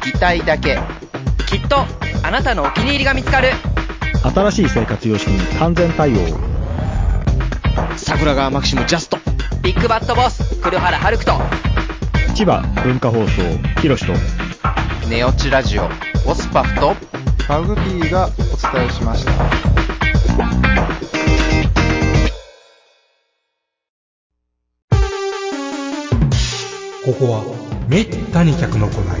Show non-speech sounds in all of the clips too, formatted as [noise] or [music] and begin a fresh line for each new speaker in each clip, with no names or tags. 聞きたいだけきっとあなたのお気に入りが見つかる
新しい生活様式に完全対応。
桜川マキシムジャスト
ビッグバットボス黒原遥人
千葉文化放送、ひろしと。
ネオチラジオオスパフと
マグピーがお伝えしました。
ここはめったに客の来ない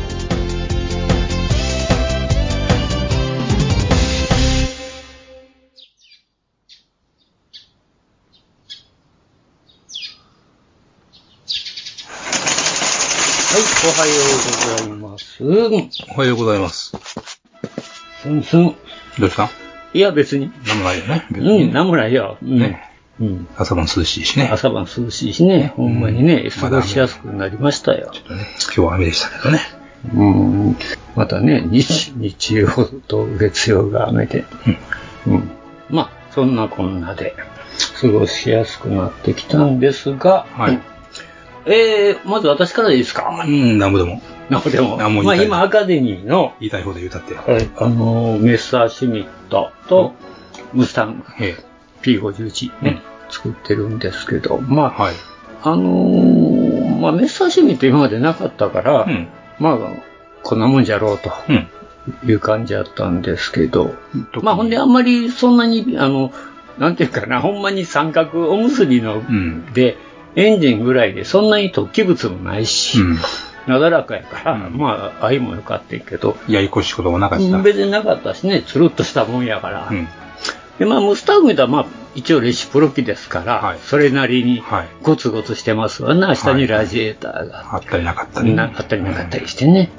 はい、おはようございます。うん、
おはようございます。
すんすん。
どうした
いや、別に。
何もないよね。別
う
に
ん、なんもないよ。うん。
ね
うん、
朝晩涼しいしね。
朝晩涼しいしね、ほんまにね、過
まだ
ごしやすくなりましたよ。
ね今日は雨でしたけどね。
うん。またね、日、日曜と月曜が雨で。うん。まあ、そんなこんなで、過ごしやすくなってきたんですが、
はい
うんえー、まず私からでいいですか
うん、なんぼでも。
なおでも、
あもう
ま
言
あ
いたい
今アカデミーの、
言いたい方で言うたって。
はい、あのーメッサーシュミットと、ムスタング
え
P51 ね、作ってるんですけど、ま
え。
あ、
はい。
あのーまあ、メッサーシュミット今までなかったから、
うん。
まあ、こんなもんじゃろうと
うん。
いう感じだったんですけど、
特に
まあ、ほんであんまりそんなに、あの、なんていうかな、ほんまに三角おむすびの、
うん。
で、エンジンぐらいでそんなに突起物もないし、
うん。
なだらかやから、
うん
まあ、愛も良かったけど、
やりこしいこともなかった。うん。
別になかったしね、つるっとしたもんやから、で、まあ、ムスタングとは、まあ、一応レシプロ機ですから、
はい
それなりに
はい、
ゴツゴツしてますわな、下にラジエーターが
あったりなかったり。
なあったりなかったりしてね。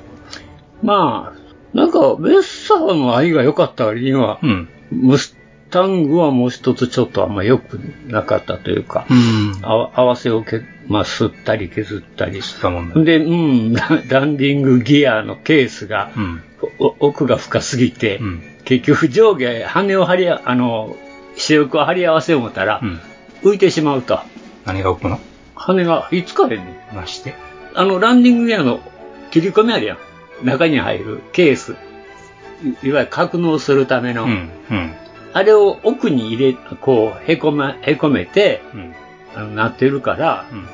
まあ、なんか、ベッサーの愛が良かった割には、
うん。
ムスタングはもう一つちょっとあんま良くなかったというか、
うん。
あわ合わせをけ、まあ、吸ったり削ったり。
吸ったもんだ。
で、うん、 [laughs] ラランディングギアのケースが、
うん。
お奥が深すぎて、
うん
結局上下、羽を張りあ、あの、主翼を張り合わせよう思ったら、
うん。
浮いてしまうと。
何が起こるの
羽が、いつかへんねん。
なして。
あの、ランディングギアの切り込みあるやん。中に入るケース。いいわゆる格納するための、
うん。うん。
あれを奥に入れ、こう、へこま、へこめて、
うん。
あのなってるから、
うん。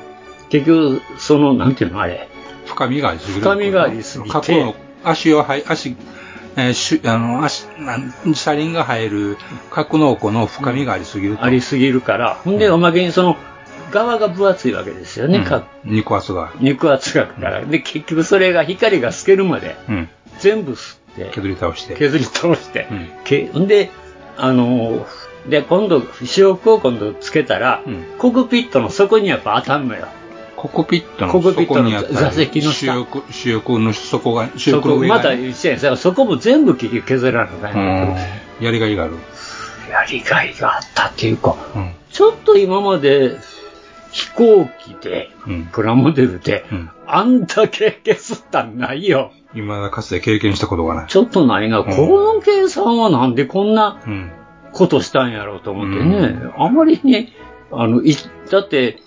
結局、その、なんていうのあれ。
深みがありすぎる。
深みがありすぎて
過去の足をはい、足、えー、しゅあの、足、なん車輪が入る格納庫の深みがありすぎると。
ありすぎるから、ほんで、おまけにその、側が分厚いわけですよね、
うん
か
肉厚がある。
肉厚がから。で、結局それが光が透けるまで、
うん。
全部吸って、
削り倒して。
削り倒して
う、ん。
けんで、あのーで、今度、主翼を今度つけたら、
うん
コクピットの底にやっぱ当たんのよ。
コックピット
コ
の
ックピット
底
の
にあった
座席の
主
下
翼、主翼の底が、主
そ
翼の
こ、
上
ま
が
た
ね、
一年、そこも全部結局削らな
うん
い。。
やりがいがある。
やりがいがあったっていうか、
うん。
ちょっと今まで、飛行機で、
うん
プラモデルで、
うん
あんだけ削ったんないよ。
今だかつて経験したことがない。
ちょっとないが、
ん
この計算はなんでこんな、
うん。
ことしたんやろうと思ってね、
う
あまりね、あの、い、だって、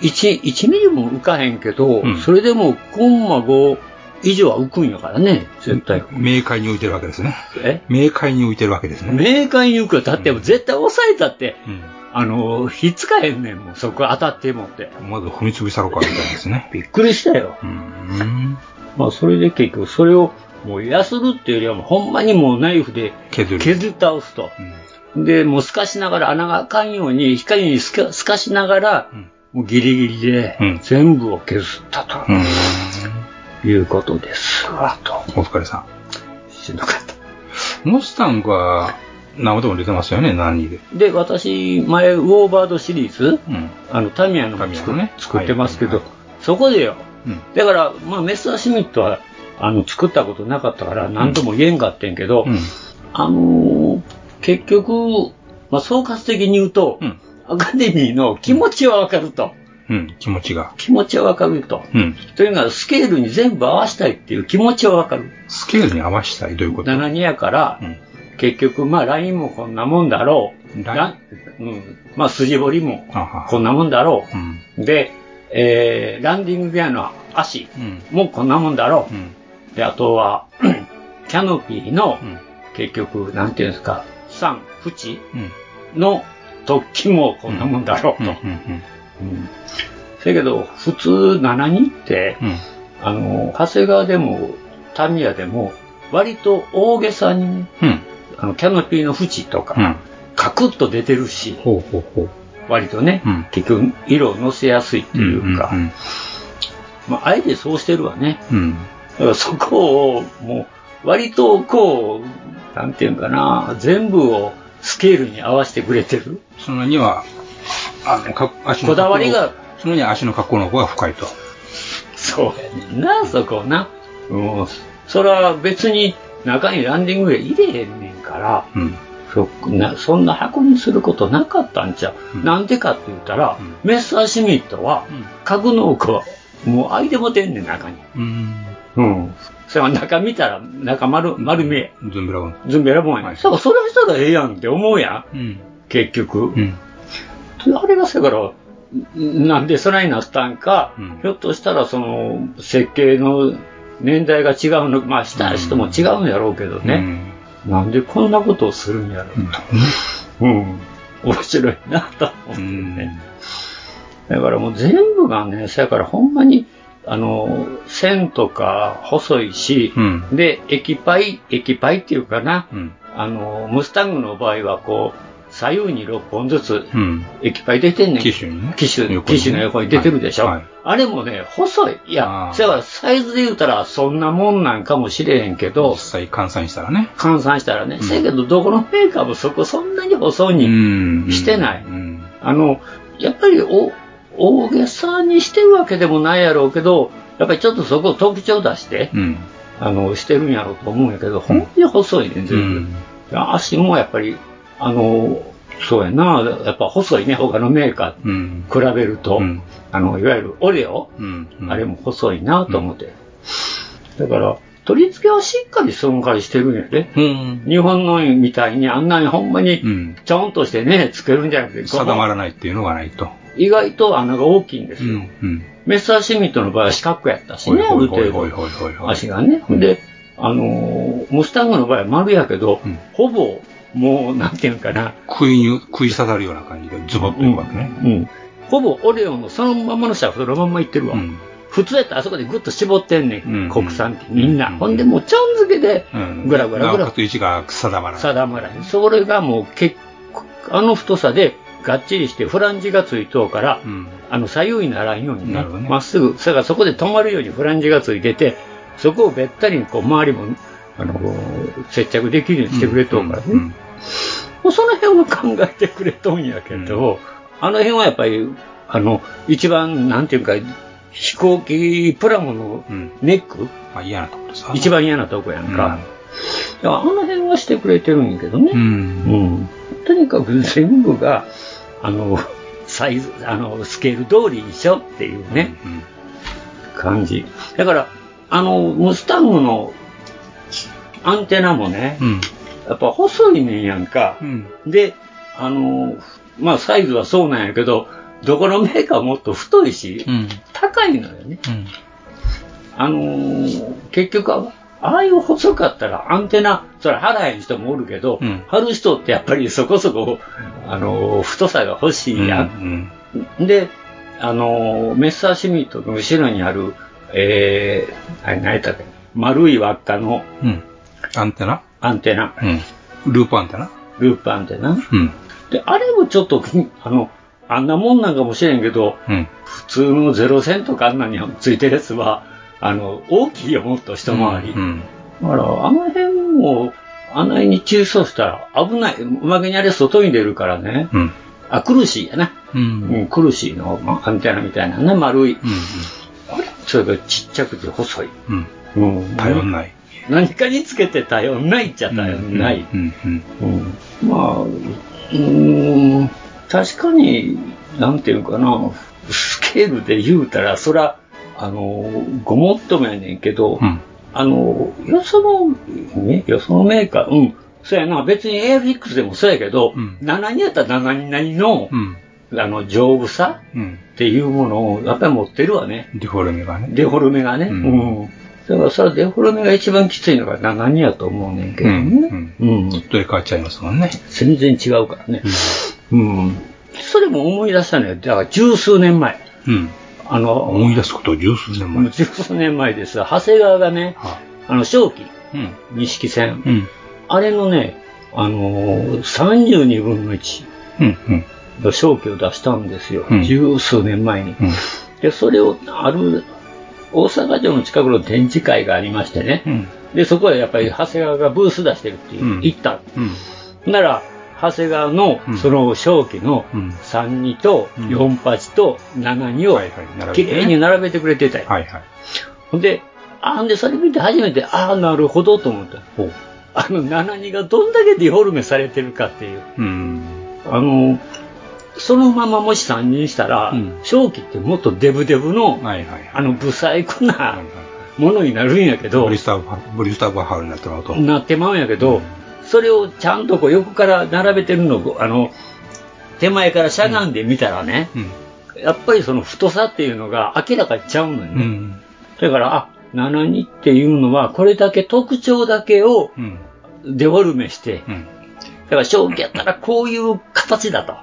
1、1ミリも浮かへんけど、
うん
それでもコンマ5以上は浮くんやからね、絶対。
明快に浮いてるわけですね。
え
明快に浮いてるわけですね。
明快に浮くよ。だって
うん
絶対抑えたって、
うん。
あの、ひっつかへんねんもん、そこ当たってもって。
まず踏み潰したろうか、みたいですね。
びっくりしたよ。
うん。
まあ、それで結局、それを、もう、やするっていうよりは、もうほんまにもうナイフで
削る。
削り倒すと。
うん。
で、もう透かしながら、穴が開かんように、光に透か透かしながら、
うん
もうギリギリで
うん、
全部を削ったと
うん。
いうことですわ、と。
お疲れさ
しんどかった。
ん。モスタングは、何でも出てますよね、何で。
で、私、前、ウォーバードシリーズ、
うん。
あの、タミヤの
タミヤ
作,、
のね
作ってますけど、
はいはい
そこでよ、
うん。
だから、まあ、メスアシミットは、あの、作ったことなかったから、何とも言えんかってんけど、
うん。
あのー結局、まあ、総括的に言うと、
うん。
アカデミーの気持ちはわかると。
うん。気持ちが。
気持ちはわかると。
うん。
というのは、スケールに全部合わせたいっていう気持ちはわかる。
スケールに合わせたい、どういうこと
7人やから、
うん。
結局、まあ、ラインもこんなもんだろう。
ライン
ラうん。まあ、筋彫りも
あは
こんなもんだろ
うん。
う。で、えー、ランディングギアの足
うん。
もこんなもんだろう
う。ん。
で、あとは、 [clears throat] キャノピーの
う、ん。
結局、なんていうんですか、酸、縁
うん。
の突起もこんなもんだろう
うん。
と。
うん。
うんせやけど、普通7人って、
うん。
あの、長谷川でも、タミヤでも、割と大げさにね、
うん。
あの、キャノピーの縁と
う
か、
ん。
カクッと出てるし、
ほうほうほう。
割とね、
うん
結局、色を乗せやすいって
うん
いうか、
うん。
まあ、あえてそうしてるわね。
うん。
だからそこを、もう、割とこう、なんていうんかな、全部をスケールに合わせてくれてる。
そのには、あの、か足の
こだわりが、
そのには足の格好の方が深いと。
そうやねんな、そこな。うん。それは別に中にランディングウェイ入れへんねんから、
うん。
そなそんな箱にすることなかったんちゃ
う
う、
ん
なんでかって言ったら、
うん
メッサーシミットは、格納庫はもう開いてもてんねん、中に。
うん。
うん。それは中見たら、中丸、丸見え。
ズンブラウン。
ズンベラボンや。
はい
そう、それしたらええやんって思うや
う
ん、
ん。
結局。
うん。
あれがせやから、んなんでそれになったんか、
うん
ひょっとしたらその、設計の年代が違うの、まあした人も違うんやろうけどね、なんでこんなことをするんやろ
う
う。
ん。
うん。面白いなと思っ
う
て
ん。
ね。だからもう全部がね、せやからほんまに、あの、線とか細いし、
うん。
で、液パイ、液パイっていうかな、
うん。
あの、ムスタングの場合はこう、左右に6本ずつ
うん。
液パイ出てんねんけど
機種にね。
機種、
横にね
機種の横に出てるでしょ。
はいはい
あれもね、細い。いや
あ、ー
それはサイズで言うたらそんなもんなんかもしれへんけど
実、際換算したらね。
換算したらね、
うん
せやけどどこのメーカーもそこそんなに細いに、
うん
してない
うん。
あの、やっぱりお大げさにしてるわけでもないやろうけど、やっぱりちょっとそこを特徴出して、
うん。
あの、してるんやろうと思うんやけど、本当に細いね、全
う
部。
ん。
足もやっぱり、あの、そうやな、やっぱ細いね、他のメーカ
うん。
ー比べると、
うん
あの、いわゆるオレオ、
うん。
あれも細いなと思って。だから、取り付けはしっかり損壊してるんやで。
うん。
日本のみたいにあんなにほんま
う
に、
ん。
ちょんとしてね、つけるんじゃなくて、
定まらないっていうのがないと。
意外と穴が大きいんで
う
すよ。
ん。うん。
メッサーシミットの場合は四角やったし
ほい
ね、あ
ほい
る
ほい
程
ほい
度、
ほいほいほい。
足がね。で、あのー、ムスタングの場合は丸やけど、
うん
ほぼ、もう、なんていうのかな、
食いに、食い刺さるような感じでズボッといくわけね。
うん。ほぼオレオンのそのまんまの車そのまんまいってるわ。
うん。
普通やったらあそこでグッと絞ってんねん。
うん
国産ってみんな。
うん
ほんでもうちゃんづけで
うん。
ぐらぐらぐ
なお
ら
かつ位置が定まらない。
定まらへん。それがもう結構、あの太さでがっちりしてフランジがついとうから、
うん。
あの左右にならんように
な
ね
るほどね
まっすぐ、それからそこで止まるようにフランジがついてて、そこをべったりにこう周りも、あの接着できるようにしてくれとうからね。
うん。
もうその辺は考えてくれとんやけど、あの辺はやっぱり、あの、一番、なんていうか、飛行機プラモの
うん。
ネック、
まあ嫌なところさ。
一番嫌なとこやんか。
うん
だからあの辺はしてくれてるんやけど
う
ね。
ん。
うんとにかく全部が、あの、サイズ、あの、スケール通りにしようっていうね、
うん。
感じ。だから、あの、ムスタングのアンテナもね
う、ん。
やっぱ細いねんやんか。
うん。
で、あのーまあ、サイズはそうなんやけど、どこのメーカーもっと太いし、
うん。
高いのよね。
うん。
あのー結局は、ああいう細かったらアンテナ、それ張らへん人もおるけど、
うん
張る人ってやっぱりそこそこ、あのー太さが欲しいやん。
うん。
で、あのーメッサーシミットの後ろにある、えー、あれ何やったっけ、丸い輪っかの
うん。アンテナ
アンテナ。
うん。ループアンテナ
ループアンテナ。
うん。
で、あれもちょっと、あの、あんなもんなんかもしれんけど、
うん。
普通のゼロ線とかあんなについてるやつは、あの、大きいよ、もっと一回り。
うん。
だから、あの辺も、あんなに中小したら危ない。うまげにあれ外に出るからね。
うん。
あ、苦しいやな。
う。
うんん、苦しいの、まあ、みたいなみたいなね、丸い。あれそれがちっちゃくて細い。
うん。
うん
頼んない。
何かにつけて頼んないっちゃ頼んない。
うん。うん。
うんまあ、うーん、確かに、なんていうかな、スケールで言うたら、そら、あの、ごもっともやねんけど、
うん。
あの、よその、ね、よそのメーカー、うん、そうやな、別に AFX でもそうやけど、
うん
7人やったら7人なりの
う、ん。
あの、丈夫さ
うん。
っていうものを、やっぱり持ってるわね。
デフォルメがね。
デフォルメがね。
う
うんん。だから、それはデフォルメが一番きついのが7人やと思うねんけどね。うん
ずっと変わっちゃいますもんね。
全然違うからね。うん。それも思い出したね。だから十数年前。
うん。
あの、
思い出すこと十数年
もう
前。
十数年前です。長谷川がね、
は
あの、正気、
うん。
錦線。
うん。
あれのね、あのー、32分の1
うん。うん。
の正気を出したんですよ。
うん
十数年前に。
うん。
で、それを、ある、大阪城の近くの展示会がありましてね。
うん。
で、そこへやっぱり長谷川がブース出してるっていう、
うん
行った。
うん。
なら、長谷川の
うん、
その正気の
うん
32と
うん
48と72
はいはい並べてね
を、きれいに並べてくれてたよ。
はいはい。
ほんで、あほんで、それ見て初めて、ああ、なるほどと思った。
ほう。
あの、72がどんだけディフォルメされてるかっていう。
うん。
あの、そのままもし3人したら
うん、
正気ってもっとデブデブの、
はいはいはい。
あの、不細工
はい
な
はい
ものになるんやけ
はい。
ど
ブリ、スターバハブリスターバハウルになってもらうと。
なってまうんやけど、それをちゃんとこう横から並べてるのを、あの、手前からしゃがんで見たらね、
うん。
やっぱりその太さっていうのが明らかにちゃうのよ
う
ね。
ん。
だから、あ、72っていうのは、これだけ特徴だけを
うん。
デフォルメして、
うん。
だから正気やったらこういう形だと。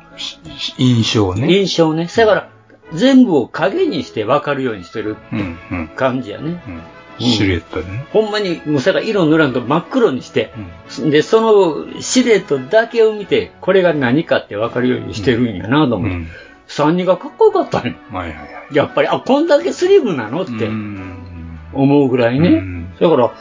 印象ね。
印象ね。だから、全部を影にして分かるようにしてる
うん。うん。
感じやね。
うん。シルエットでね。
ほんまに、もうさが色塗らんと真っ黒にして、
うん。
で、そのシルエットだけを見て、これが何かって分かるようにしてるんやなと思
う
って、
ん。
3人がかっこよかったね。
はいはいはい。
やっぱり、あ、こんだけスリムなのっ
う
て
ん。
思うぐらいね。
うん
だから、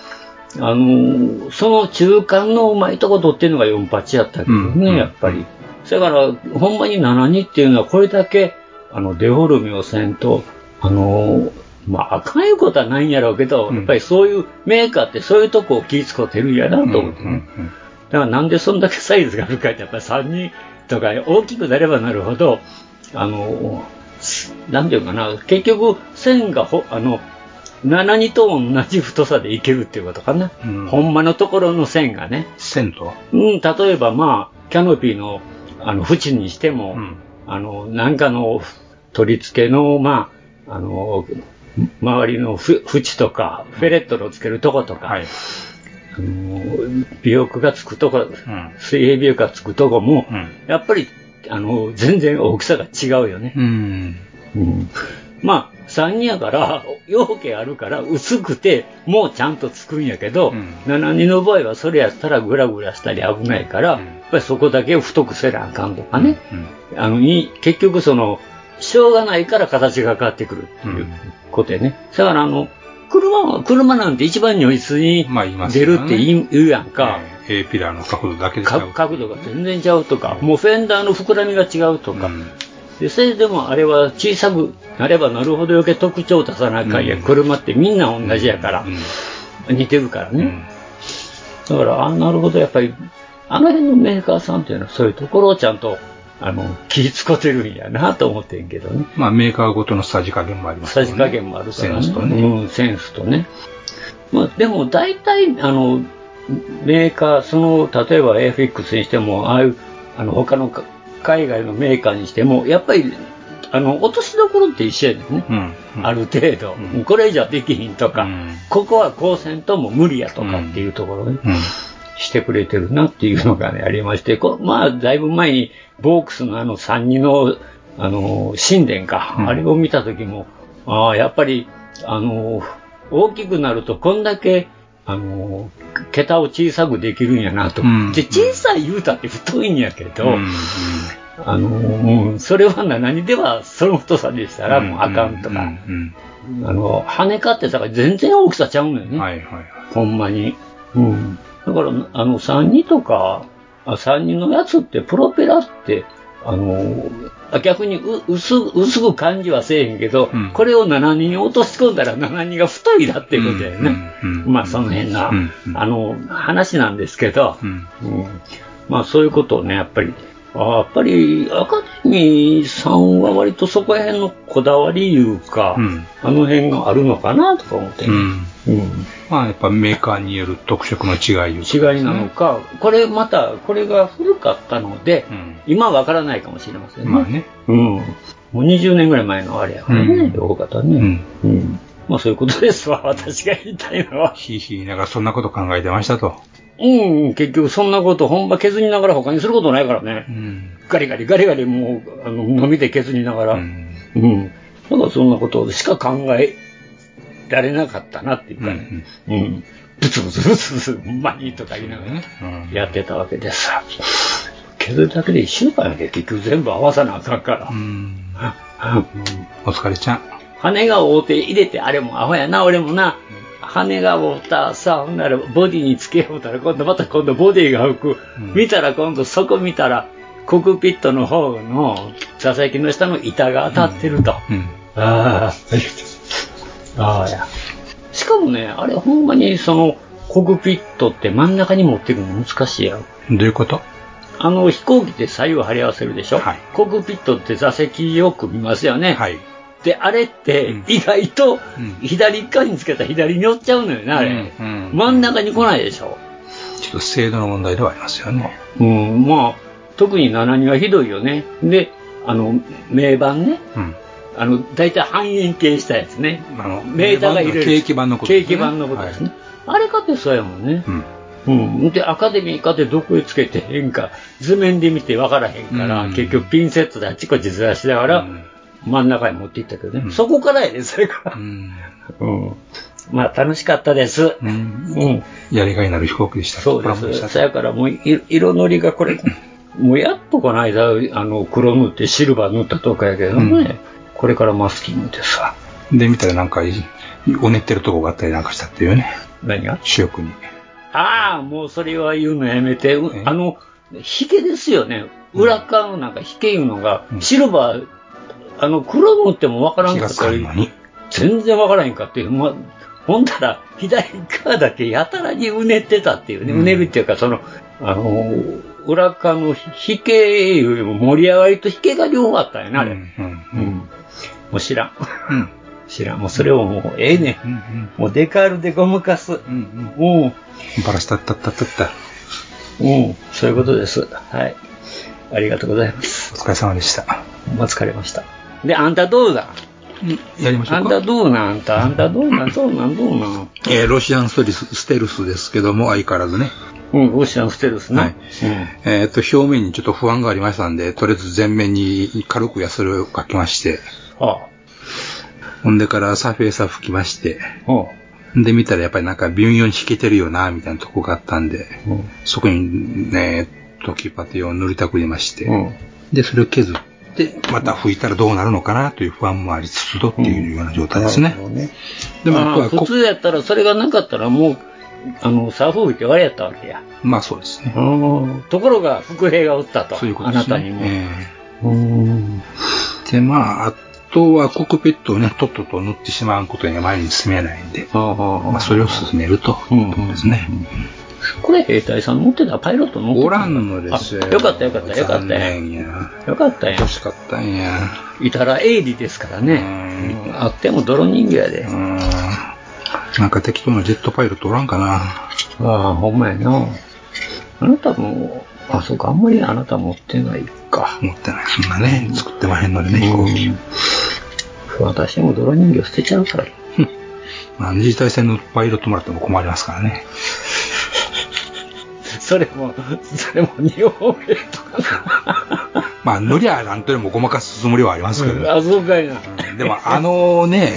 あのーその中間のうまいとこ取ってるのが48やったけどね、
うん
やっぱり。だから、ほんまに72っていうのはこれだけ、あの、デフォルメをせんと、あのーまあ、あかんいうことはないんやろうけど、
うん
やっぱりそういう、メーカーってそういうとこを気使ってるんやなと思ってね。
うん
だからなんでそんだけサイズがあるかって、やっぱり3人とか大きくなればなるほど、あの、すなんていうかな、結局線がほ、あの、7人と同じ太さでいけるっていうことかな。
うん
ほんまのところの線がね。
線とは
うん、例えばまあ、キャノピーの、あの、縁にしても、
うん
あの、なんかの取り付けの、まあ、あの、周りのふ縁とか、フェレットのつけるとことか、
はい。
あの、美容区がつくとこ、
ん
水平美容区がつくとこも、
うん
やっぱり、あの、全然大きさが違うよね。
うん。
まあ、3人やから、容器あるから薄くて、もうちゃんとつくんやけど、
うん
7人の場合はそれやったらグラグラしたり危ないから、
うん
やっぱりそこだけを太くせなあかんとかね。
うん
あの、い結局その、しょうがないから形が変わってくるっていうことやね。だからあの、車は、車なんて一番如実に
まあ言います
出
よね
るって言い言うやんか。
えー A ピラーの角度だけで
か角度が全然ちゃうとか、もうフェンダーの膨らみが違うとか、
うん
でそれでもあれは小さくなればなるほど余計特徴を出さなあかんや、
うん
車ってみんな同じやから
う、ん
似てるから
う
ね、
ん
だから、あなるほど、やっぱり、あの辺のメーカーさんっていうのは、そういうところをちゃんとあの気使ってるんやなと思ってんけどね、
まあメーカーごとのさじ加減もあります
さじ加減もあるからね、
センスとね。
うん、センスとね。まあ、でも大体、あの、メーカー、その、例えば AFX にしても、ああいう、あの、他のか海外のメーカーにしても、やっぱり、あの、落としどころって一緒やねんね。
うん。
ある程度、
うん
これじゃできひんとか、
うん
ここは高専とも無理やとかっていうところね、
うん。
してくれてるなっていうのがね、ありまして、こまあ、だいぶ前に、ボークスのあの三人の、あの、神殿か、
うん
あれを見た時も、ああ、やっぱり、あの、大きくなるとこんだけあの、桁を小さくできるんやなと。
うん
で、小さい言うたって太いんやけど、
うん
あの、うんそれは何ではその太さでしたらもうあかんとか、
うん
あの、羽かってさ、全然大きさちゃうのよ
うん
ね。
はいはいはい。
ほんまに。うん。だから、あの、32とか、あ32のやつって、プロペラって、あの、あ逆にう薄薄く感じはせえへんけど、
うん
これを72に落とし込んだら72が太いだっていうことやね。
うんうん
まあ、その辺な、
うんうん
あの、話なんですけど、
うん
うんまあそういうことをね、やっぱり、あやっぱりアカデミーさんは割とそこら辺のこだわりいうか、
うん
あの辺があるのかなとか思って、
うん
うん
まあやっぱメーカーによる特色の違いいうこと
違いなのか、これまた、これが古かったので、
うん
今わからないかもしれませんね。
まあね。
うん。もう20年ぐらい前のあれやから
う
ね、
ん
大方
う
ね
ん。。
うんまあそういうことですわ、私が言いたいのは。
ひいひいなんかそんなこと考えてましたと。
うん、結局そんなこと、ほんま削りながら他にすることないからね。
うん。
ガリガリガリガリもう、あの、飲みで削りながら。
う
うん。
ん。
だからそんなことしか考えられなかったなっていう
うん。う
かね。
ん
うん。ブツブツブツブツ、ほんまにとか言いながらね。
うん
やってたわけです。削るだけで1週間やで結局全部合わさなあかんから
う。ん。
うん
お疲れちゃん。
羽が覆って入れて、あれもアホやな、俺もな。羽が覆った、さあ、ほんならボディにつけようたら、今度また今度ボディが浮く。
うん
見たら今度そこ見たら、コックピットの方の座席の下の板が当たってると。
うん。
ああ、ああや。しかもね、あれほんまにその、コックピットって真ん中に持ってくの難しいやろ。
どういうこと
あの飛行機って左右張り合わせるでしょ、
はい
コックピットって座席よく見ますよね、
はい。
であれって
うん
意外と
うん
左側につけたら左に寄っちゃうのよね、あれ、
うんうん
真ん中に来ないでしょ、
ちょっと制度の問題ではありますよね。
うんまあ、特に72はひどいよね、であの名盤ね、
うん。
あの大体半円形したやつね、
あの
メーターが入れる
ケーキ版のことですね
ケーキ版のことですね、あれかってそうやもんね。
うん。
うん、でアカデミーかってどこへつけてへんか図面で見て分からへんから、
うん
結局ピンセットであちこちずらしながら、
うん
真ん中へ持っていったけどね、
うん
そこからやねそれから
う、ん。
うん、まあ楽しかったです、
う。
うんん
やりがいのある飛行機でした。
そうで
プラモでし
す
た
そやからもうい色のりがこれもうやっとこの間あの黒塗ってシルバー塗ったとかやけどね、
うん
これからマスキングでさ
で、見たらなんか、おねってるとこがあったりなんかしたっていうね。
何が
主翼に。
ああ、もうそれは言うのやめて、う
え
あの、ヒゲですよね。裏側のなんかヒゲいうのが、
うん
シルバー、あの、黒塗ってもわからん
気
か
が
っ
つ
た
かん
り
の、に。
全然わからへんかっていう。ま、ほんだら、左側だけやたらにうねってたっていうね。
うん
うねるっていうか、その、あの、裏側のヒゲよりも盛り上がりとヒゲが両方あったんやな、あれ。
う
う
ん。
ん。もう知らん。
うん。
知らん。もうそれをもう、ええね
うん。うん。
ん。もうデカールでごまかす。
うん。うん。
もう、
バラしたったったったった。
うん、そういうことです。はい。ありがとうございます。
お疲れ様でした。
お疲れました。で、あんたどうだ
やりまし
あ
ょ
ん
うか
た。どうなんあんた、あんたどうなんどうなんどうなん
えーロシアンステルスステルスですけども、相変わらずね。
うん、ロシアンステルスな。
はいえっ、と、表面にちょっと不安がありましたんで、とりあえず全面に軽くヤスリをかきまして、
うん。あ
ほんでからサーフェイサー吹きまして、
あ。うん。
で見たらやっぱりなんか微妙に弾けてるよな、みたいなとこがあったんで、そこにね、トキパテを塗りたくりまして、
うん。
で、それを削って、また拭いたらどうなるのかなという不安もありつつとっていうような状態ですね。でも
ああ
僕はこ
普通やったら、それがなかったらもう、あの、サーフって言われやったわけや。
まあそうですね。
ところが、伏兵がおったと。
そういうこと
あ
で
な
すね。
たにも。
え
うん。
えで、まあ、あとはコックペットをね、とっとと塗ってしまうことには前に進めないんで、
ああ、
まあ、それを進めると。
うん
ところですね。
これ兵隊さん乗ってたパイロット乗ってた
おらんのですよ。
あよかったよかったよかった
残
やん
念や。
よかったやん
欲しかったんや。
いたら鋭利ですからね。
う
あっても泥人形やで
う。ん。なんか適当なジェットパイロットおらんかな。
ああ、ほんまやな。あなたも、あ、そうか、あんまりあなた持ってないか。
持ってない。そんなね、作ってまへんのでね、飛行機。
私も泥人形捨てちゃうから。
まあ、自治体船のパイロットもらっても困りますからね。
それも、それも日本兵とか。
まあ、塗りゃなんとでもごまかすつもりはありますけど。
あ、そうかいな。
でも、あのね、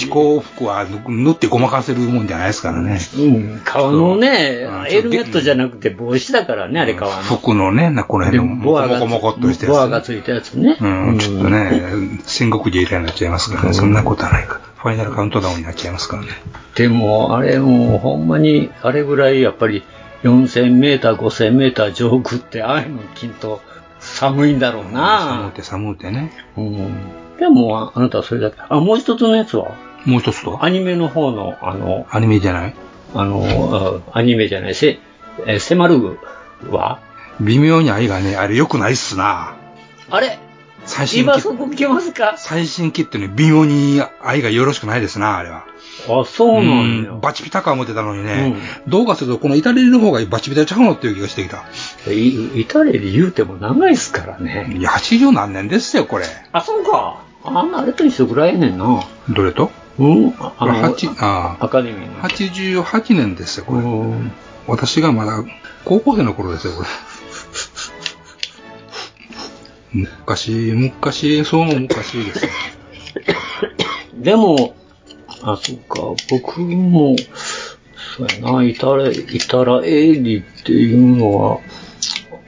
思考服は縫ってごまかせるもんじゃないですからね。
うん、顔のね
うん、
ヘルメットじゃなくて帽子だからね、あれ顔の。
服のね、なこの辺のモ
ボアが
コモコっとした
ボア
や
が
つ、
ついたやつね。
うん、ちょっとね、戦国時以来になっちゃいますからね。そんなことはないか。ファイナルカウントダウンになっちゃいますからね。
でも、あれもうほんまに、あれぐらいやっぱり4000メーター、5000メーター上空って、ああいうのきっと寒いんだろう
寒う
な。
て寒うてね。
うん、でも、あなたはそれだけ。あ、もう一つのやつは
もう一つと
アニメの方の、あの、
アニメじゃない
あの、あアニメじゃないし、えーセマルグは
微妙に愛がね、あれ良くないっすな。
あれ
最新
今
期
そ、こ来ますか
最新期ってね、微妙に愛がよろしくないですな、あれは。
あ、そうなんだ
う
よ
ん。バチピタか思ってたのにね、どうかするとこのイタリアの方がバチピタちゃうのっていう気がしてきた。
いイタリアで言うても長いっすからね。
いや、80何年ですよ、これ。
あ、そうか。あんなあれと一緒ぐらいやねんな。
どれと
うん。あ
こ
あ
れ
の、
8あ
アカデミーの。
88年ですよ、これ。
うん
私がまだ高校生の頃ですよ、こ
[laughs]
れ。昔、昔、そうも昔ですよ。
でも、あ、そっか、僕も、そうやな、イタラ、イタラエリっていうのは、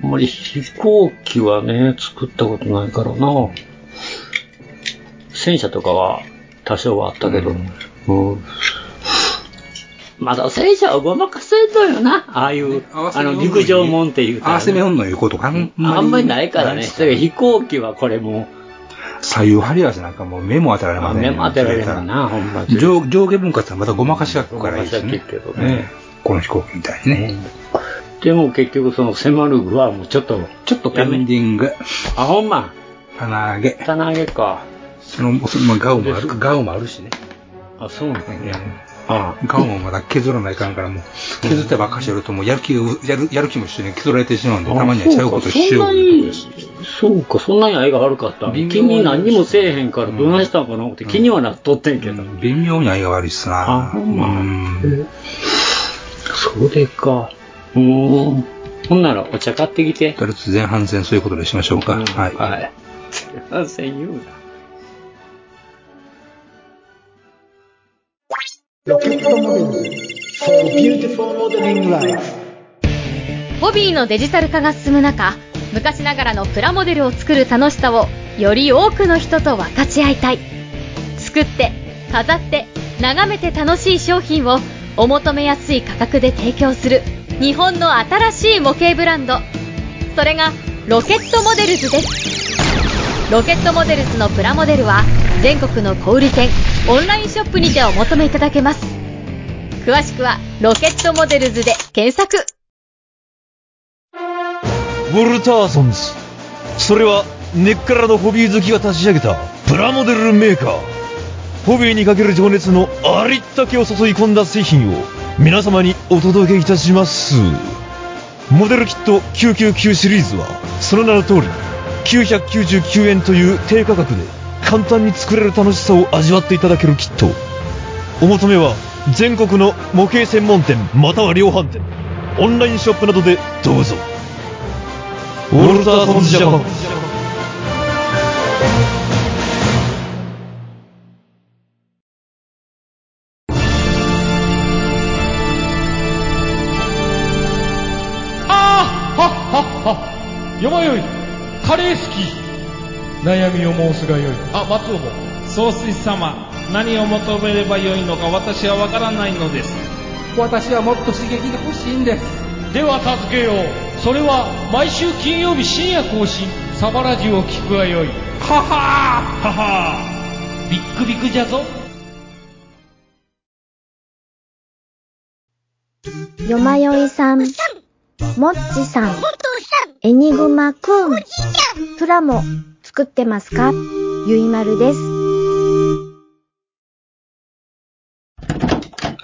あんまり飛行機はね、作ったことないからな。戦車とかは多少はあったけど、うんまだ戦車はごまかせんのよな、ああいう、
合わせ
あ
目
の、
女
陸上もんっていう
合わせ目
あ
本の言うことがあんまり。
んまりないからね。それが飛行機はこれも
左右張り合わせなんかもう目も当てられ
う、
ません
目
よ
も当てられないな、ほんまに
上上下分割はまたごまかしが効くからいいです
ごま
ね
かしが効くけどね
ねこの飛行機みたいにね。
でも結局そのセマルグはもうちょっと、
ちょっとペンディング、
あ、ほんま、
棚上げ。
棚上げか。
その、そのガウもある、ガウもあるしね。
あ、そうなんや。あ
ガウもまだ削らないかんからもう、削ってばっかしてるともうやる気がう、やる、やる気も一緒に削られてしまうんで、たまにはちゃうことしよう
そんなに、そうか、そんなに愛が悪かった。
微妙
君何にもせえへんからどないしたんかなって気にはなっとってんけど。
うん微妙に愛が悪いっすな。
あ、ほんま。
うん
えそれか。うーん。ほんならお茶買ってきて。
とりあえず前半戦そういうことでしましょうか。
うん
はい。
はい。全然言うな。
ホビーのデジタル化が進む中昔ながらのプラモデルを作る楽しさをより多くの人と分かち合いたい作って飾って眺めて楽しい商品をお求めやすい価格で提供する日本の新しい模型ブランドそれがロケットモデルズですロケットモデルズのプラモデルは全国の小売店オンラインショップにてお求めいただけます詳しくは「ロケットモデルズ」で検索
ウォルターソンズそれは根っからのホビー好きが立ち上げたプラモデルメーカーホビーにかける情熱のありったけを注ぎ込んだ製品を皆様にお届けいたしますモデルキット999シリーズはその名の通り999円という低価格で簡単に作れる楽しさを味わっていただけるキットお求めは全国の模型専門店または量販店オンラインショップなどでどうぞウォルターソンズジャパンあーはっはっはよまよいカレー好き悩みを申すがよいあ松尾も総帥様何を求めればよいのか私は分からないのです私はもっと刺激が欲しいんですでは助けようそれは毎週金曜日深夜更新サバラジを聞くがよいははははビックビックじゃぞ
よまよいさん、もっちさん、エニグマくん、プラモ作ってますかゆいまるです。
は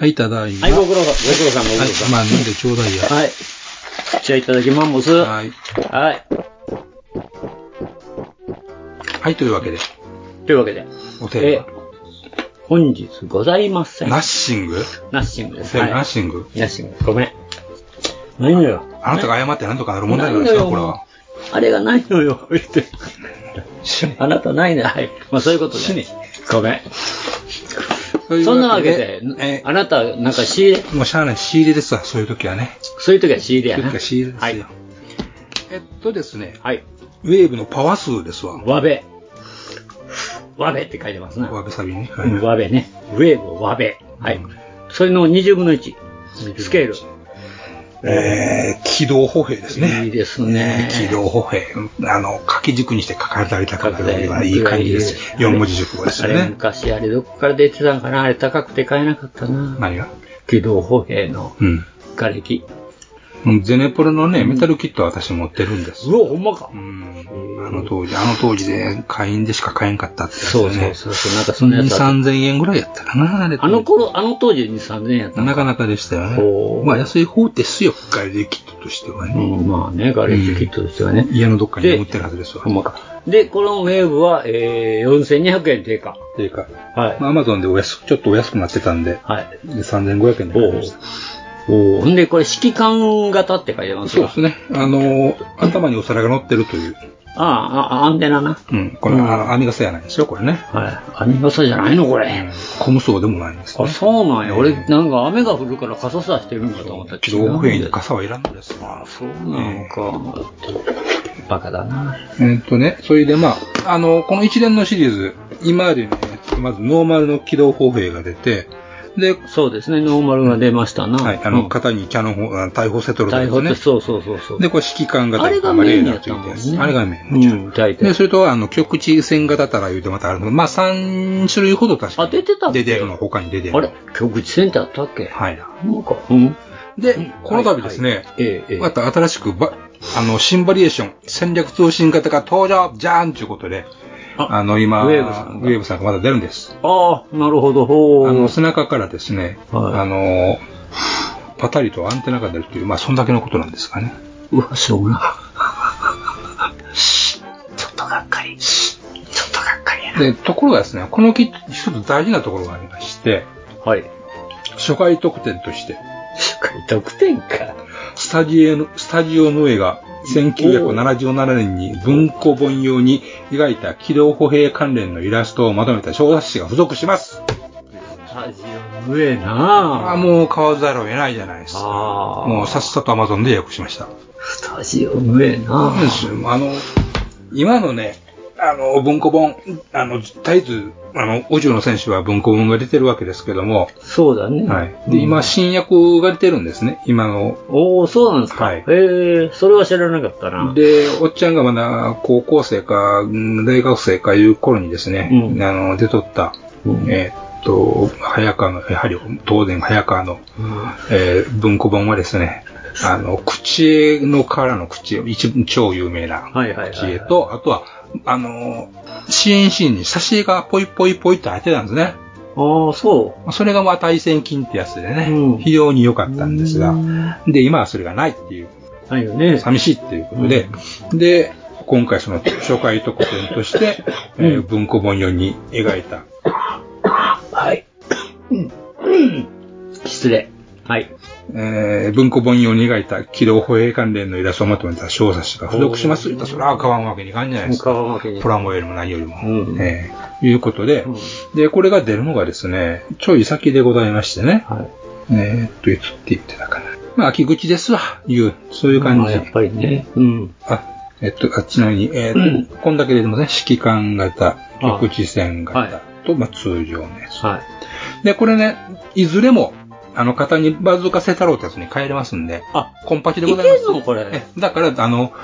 い、ただいま。
はい、ご苦労、ご苦労さん、ご苦労
はい
さん。
まあ、飲んでちょうだいや。
はい。じゃあいただきます。は
はい。
い。
はい、というわけで、
というわけで、
おテー
本日ございません。
マ。ナッ
ナ
シング
ッシングです。
テーマナ
ナ
ッシング。
ッシング。ごめん。ないのよ。
あなたが謝ってなんとかなる問題なんですよ、これは。
あれがないのよ。言 [laughs] って
し
あなたないね。はい。まあそういうことで。ごめん。そんなわけで、あなた、なんか仕入れ
もうしゃあない、仕入れですわ、そういう時はね。
そういう時は仕入れや
そういう
な。
時は仕入れですよ。
はい。
えっとですね、
はい。
ウェーブのパワー数ですわ。
わべ。わべって書いてますな。
わべサビね。は
う
い
んわべね。ウェーブ、わべ。はい。それの20分の1。スケール。
えー、軌道歩兵ですね。
いいですね。
軌道歩兵。あの、掛け軸にして書かれた方がいい
はい
い感じです。四文字熟語ですよ
あれ
ね。
昔、あれどこから出てたんかなあれ高くて買えなかったな。
何が
軌道歩兵の
うん。
瓦礫。
うんゼネプロのね、メタルキットは私持ってるんです。
うわ、ほんまか。
あの当時、あの当時で会員でしか買えんかったってやつ
そう
ね
そうそうそうなんかそんなやつあった
2、3000円ぐらいやったかな、あれ
あの頃、あの当時に3000円やった
なかなかでしたよ
ほ
ね。
う
まあ安い方ですよ、ガレージキットとしてはね。
うんまあね、ガレージキットとしてはね。
家のどっかに
で
持ってるはずですわ
ほ。んまか。で、このウェーブは、えー、4200円低下。
っていうか、
はい。
アマゾンでお安く、ちょっとお安くなってたんで、
はい。
で3500円で買いました。
おほんで、これ、指揮官型って書いてます
そう
わ
ですね。あの、頭にお皿が乗ってるという。
ああ、あアンテナな。
うん。これ、あの、網傘やないんですよ、これね。
はい。アニガサじゃないのこれ。
小無双でもないんです
あ、
ね。
そうなんや。俺、なんか雨が降るから傘さしてるんかと思った。
自動歩兵に
違うんだ
傘はいらんのですわ。
そうなのか。バカだな。
えっとね、それでまあ、あの、この一連のシリーズ、今までね、まずノーマルの機動歩兵が出て、で、
そうですね、ノーマルが出ましたな。
はい、あ
うん
の、肩にキャノン砲、あ大砲セトロ
逮
と
捕
か
って、
です
そうそうそうそう。
ね。で、これ指揮官型
あれが
ま
メイン
レ
や
ー
っ
ダーとい
たもん
う
ね
やつあれがメイン。
うん、
で、
大体。
それと、あの、局地戦型たら言うてまたあるのまあ、3種類ほど確かに。
あ出てたっけ
出てるの、他に出てるの
あれ局地戦ってあったっけ
はい。
なんか、うん。
で、この度ですね、
ええ、ええ
ま。た新しくば、あの、新バリエーション、戦略通信型が登場じゃーんということで、
あ
あの、今、
ウェーブさん
ウェーブさんがまだ出るんです。
ああ、なるほど、ほう。
あの、背中からですね、
はい
あの、パタリとアンテナが出るという、まあ、そんだけのことなんですかね。
うわ、しょうが [laughs] ない。しちょっとがっかり。しちょっとがっかりや
で、ところがですね、このキット、一つ大事なところがありまして、
はい。
初回特典として、
初回得点か。
スタジオの、スタジオの絵が、1977年に文庫本用に描いた機動歩兵関連のイラストをまとめた小冊子が付属します。
ラジオの上な
あ
あ
もう買わざるを得ないじゃないですか。
ああ。
もうさっさと Amazon で予約しました。
スタジオの上な
そうですよあの、今のね、あの、文庫本、あの、絶対ず、あの、宇宙の選手は文庫本が出てるわけですけども、
そうだね。
はい。で、今、新薬が出てるんですね、今の。
おおそうなんですか。
はい
へえそれは知らなかったな。
で、おっちゃんがまだ高校生か、うん大学生かいう頃にですね、
うん
あの、出とった、
うん
えーっと、早川の、やはり、東電早川の、
うん
えー文庫本はですね、あの、口絵のからの口絵、一超有名な
はいはいはい
口絵と、あとは、あのー、支援シーンに挿絵がポイポイポイって入ってたんですね。
ああ、そ
それがまあ対戦金ってやつでね、
うん
非常に良かったんですが、で、今はそれがないっていう、
う。ないよね。
寂しいっていうことで、で、今回その紹介特典として、えー文庫本用に描いた、
はい。失礼。はい。
えー文庫本用に描いた機動歩兵関連のイラストをまとめた小冊子が付属します。それは買わんわけにいかんじゃないですか。
川負けに。
プラモよりも何よりも。
うん
えーいうことで、
うん
で、これが出るのがですね、ちょい先でございましてね、
はい。
えーっと、いつって言ってたかな。まあ、秋口ですわ、いう、そういう感
まあ
じ。
やっぱりね。うん。
あ、えっと、あちなみに、えーっと、こんだけ出てますね、指揮官型、局地戦
はい
型と、まあ、通常のやつ。
はい。
で、これね、いずれも、あの方にバズーカセ太郎ってやつに変えれますんで、
あ、
コンパチで
い
ございま
け
す
ん。のこれ。だ
えだから、あの、
か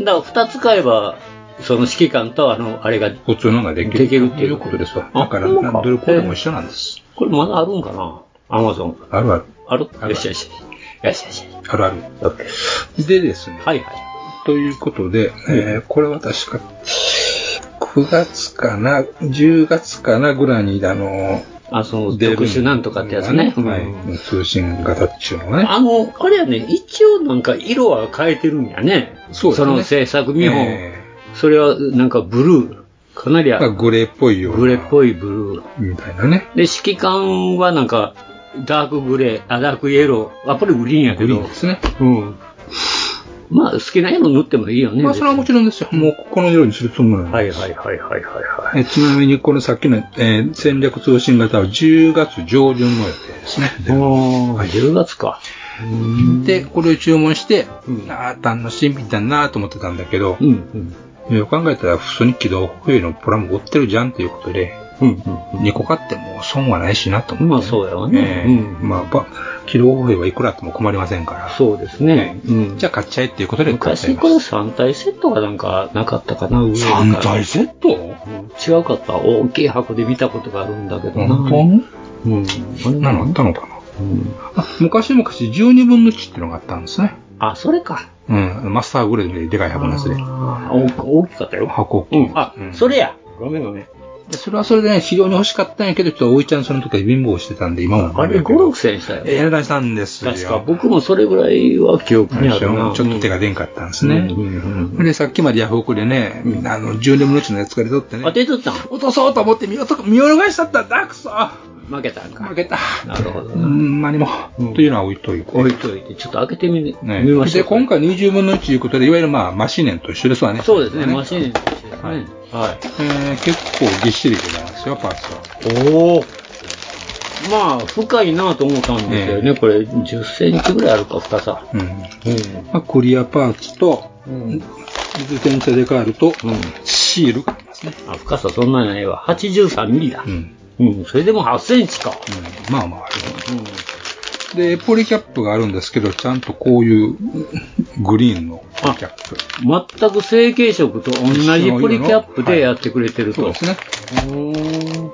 ら二つ買えば、その指揮官とあの、あれが、
普通のができる。
できるっ
と
ていう
いうことですわ。
あ
だから、
そう
な
か
んどれこれも一緒なんです。
これまだあるんかなアマゾン。
あるある。
ある
ある
よしよし。よしよし。
あるある。
オッケー
でですね、
はいはい。
ということで、えーこれは確か、9月かな、10月かなぐらいに、あの、
あ、その、
出る
特殊なんとかってやつね。
は
うん
い。通信型っていうのはね。
あの、あれやね、一応なんか色は変えてるんやね。
そうですね
の制作見本。
え
それはなんかブルー。かなり
ーまあグレーっぽいような。
グレーっぽいブルー。
みたいなね。
で、指揮官はなんか、ダークグレー、あ、ダークイエロー。あ、これグリーンや
グ
け
リ
ど。
ーンですね。
うん。まあ、好きな色塗ってもいいよね。
まあ、それはもちろんですよ。もう、この色にするつもりなん
はいはいはいはいはい、はい。
えちなみに、このさっきの、えー戦略通信型は10月上旬の予定ですね。
あ10月か。
で、これを注文して、ああ、楽しみだなと思ってたんだけど、よく考えたら、普通に起動保有のプラモ売ってるじゃんということで、2個買っても損はないしなと思って、まあそうやわ
ね
まあ、ば起動保有はいくらあっても困りませんから。
そうですね。
じゃあ買っちゃえっていうことで買っちゃい
昔
ま
これ3体セットがなんかなかったかな、上
三体セッ
ト違うかった。大きい箱で見たことがあるんだけどな。
本
うん。
す。なのあったのかな、あ昔々12分の1っていうのがあったんですね。
あ、それか。
うん。マスターグレードででかい箱のやつで。
大大きかったよ。
箱大きい
うん。あ、それや。ごめんごめん。
でそれはそれでね、非常に欲しかったんやけど、ちょっとおいちゃんその時は貧乏してたんで、今も。
あれ、5、6千したよ。
えらいしたんですよ。
確か、僕もそれぐらいは記憶にあるな。
ちょっと手が出んかったんですね。で、さっきまでヤフオクでね、あの、10年のうちのやつから取ってね。
当てとったん
落とそうと思って見よと見逃しちゃったんだ、くそ
負けたんか。
負けた。
なるほど。
うん、何も。というのは置いといて。
置いといて、ちょっと開けてみね
ね
見ましょう。
で、今回20分の1ということで、いわゆるまあ、マシネンと一緒ですわね。
そうですね、マシンとしてね。
はい。えー結構ぎっしりございますよ、パーツは。
おお。まあ、深いなと思ったんですよね。これ、10センチぐらいあるか、深さ。
うん。まあ、クリアパーツと、自転車デカールと、シールがありますね。
あ、深さそんなにないわ。83ミリだ。
うん。
うん、それでも8センチか。
まあまああります。で、ポリキャップがあるんですけど、ちゃんとこういうグリーンのポリキャップ。
全く成形色と同じポリキャップでやってくれてると。
そうです
ね。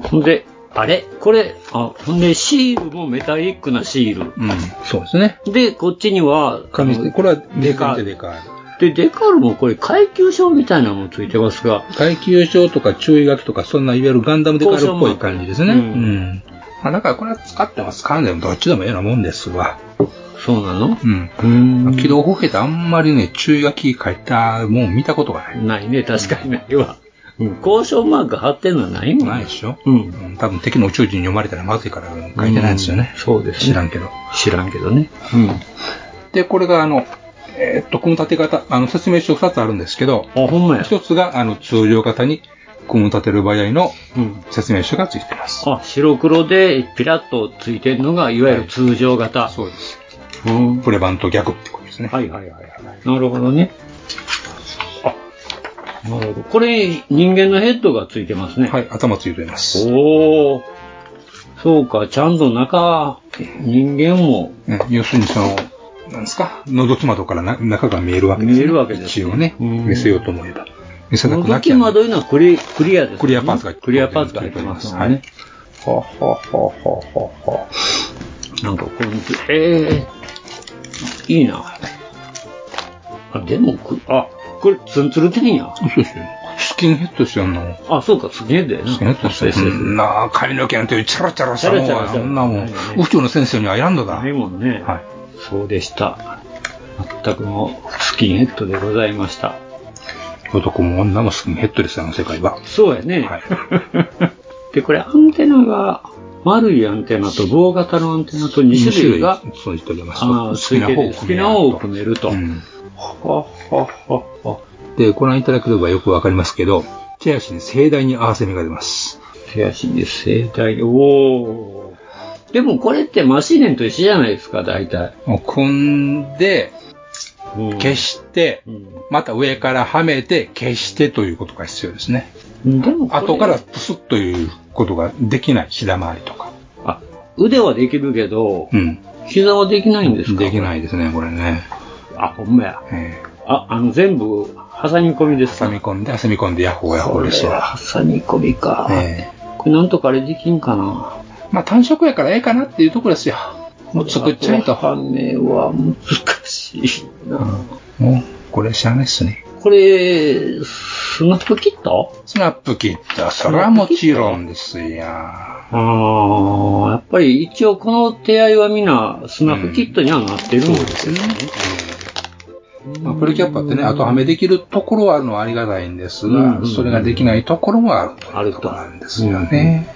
ほんで、あれこれ、あ、ほんで、シールもメタリックなシール。
うん、そうですね。
で、こっちには、
紙
あの
これは
デ
デ
カ
カ
ー
ー
ル
ル。デカール。
で、デカールもこれ階級章みたいなのもついてますが、
階級章とか注意書きとか、そんないわゆるガンダムデカールっぽい感じですね。
う
うんん。まあ、だからこれは使っても使わんでもどっちでもええなもんですわ。
そうなの
うん。軌道歩兵ってあんまりね、注意書き書いたもん見たことがない。
ないね、確かにないわ。交渉マーク貼ってんのはないもん。
ないでしょ
うん。
うん多分敵の宇宙人に読まれたらまずいから書いてないんですよね。
そうです、
知らんけど。
知らんけどね。うん。
で、これがあの、えーっと、組み立て方、あの、説明書2つあるんですけど、
あ、ほんまや。
1つが、あの、通常型に組み立てる場合の
うん。
説明書がついてます。
あ、白黒でピラッとついてるのが、いわゆる通常型。
そうです。
うん。
プレ版と逆ってことですね。
はいはいはいはい。なるほどね。あ、なるほど。これ、人間のヘッドがついてますね。
はい、頭ついてます。
おお。そうか、ちゃんと中、人間も
うん要するにその、なんですか、喉つまとからな中が見えるわけです、
見えるわけです
一応ね、見せようと思えば。見せなくな
覗
っち
き
ゃう。
窓いうのはクリクリアです、ね。
クリアパーツが
クリアパーツが入ってますもんね。
はははははは。
なんかこういう、ええいいな。あ、でもく、あ、これツンツルてんや。
そうですよ。スキンヘッドしよんの。
あ、そうか、すげえだよな。
スキンヘッドしよ
そうそううそうん
なあ、髪の毛なんてチャラチャラしたもん
チャラチャラした
は、そんなも
ない
ん
ね。
宇宙の先生には選んだだ。
ないもんね。
はい。
そうでした。全くのスキンヘッドでございました。
男も女もスキンヘッドですよ、あの世界は。
そうやね。
はい。
で、これアンテナが、丸いアンテナと棒型のアンテナと2種類が、
そうしておりました。
あーついてて好きな方を組めると。
うん
はははは。
で、ご覧いただければよくわかりますけど、手足に盛大に合わせ目が出ます。
手足に盛大に、おーでもこれってマシネンと一緒じゃないですか、大体。
もう組んで、
うん
消して、また上からはめて、消してということが必要ですね。
でもこれ
後からプスッということができない、ひだ回りとか。
あ、腕はできるけど、
うん。
膝はできないんですか
できないですね、これね。
あ、ほんまや。
え
あ、あの、全部、挟み込みです
ー、挟み込んで、挟み込んで、ヤッホーヤッホーですわ。
挟み込みか。
え
これなんとかあれできんかな。
ー、まあ単色やからええかなっていうところですよ。もう作っちゃえと。
判明は難しいな。
もう、これ知らないっすね。
これ、スナップキット
スナップ切った、それはもちろんですや。
ああ、やっぱり一応この手合いはみんなスナップキットにはなってるんですよね。
まあ、プルキャッパってね、後はめできるところはあるのはありがたいんですが、
うんうん
それができないところもあると
あると。
なんですよね。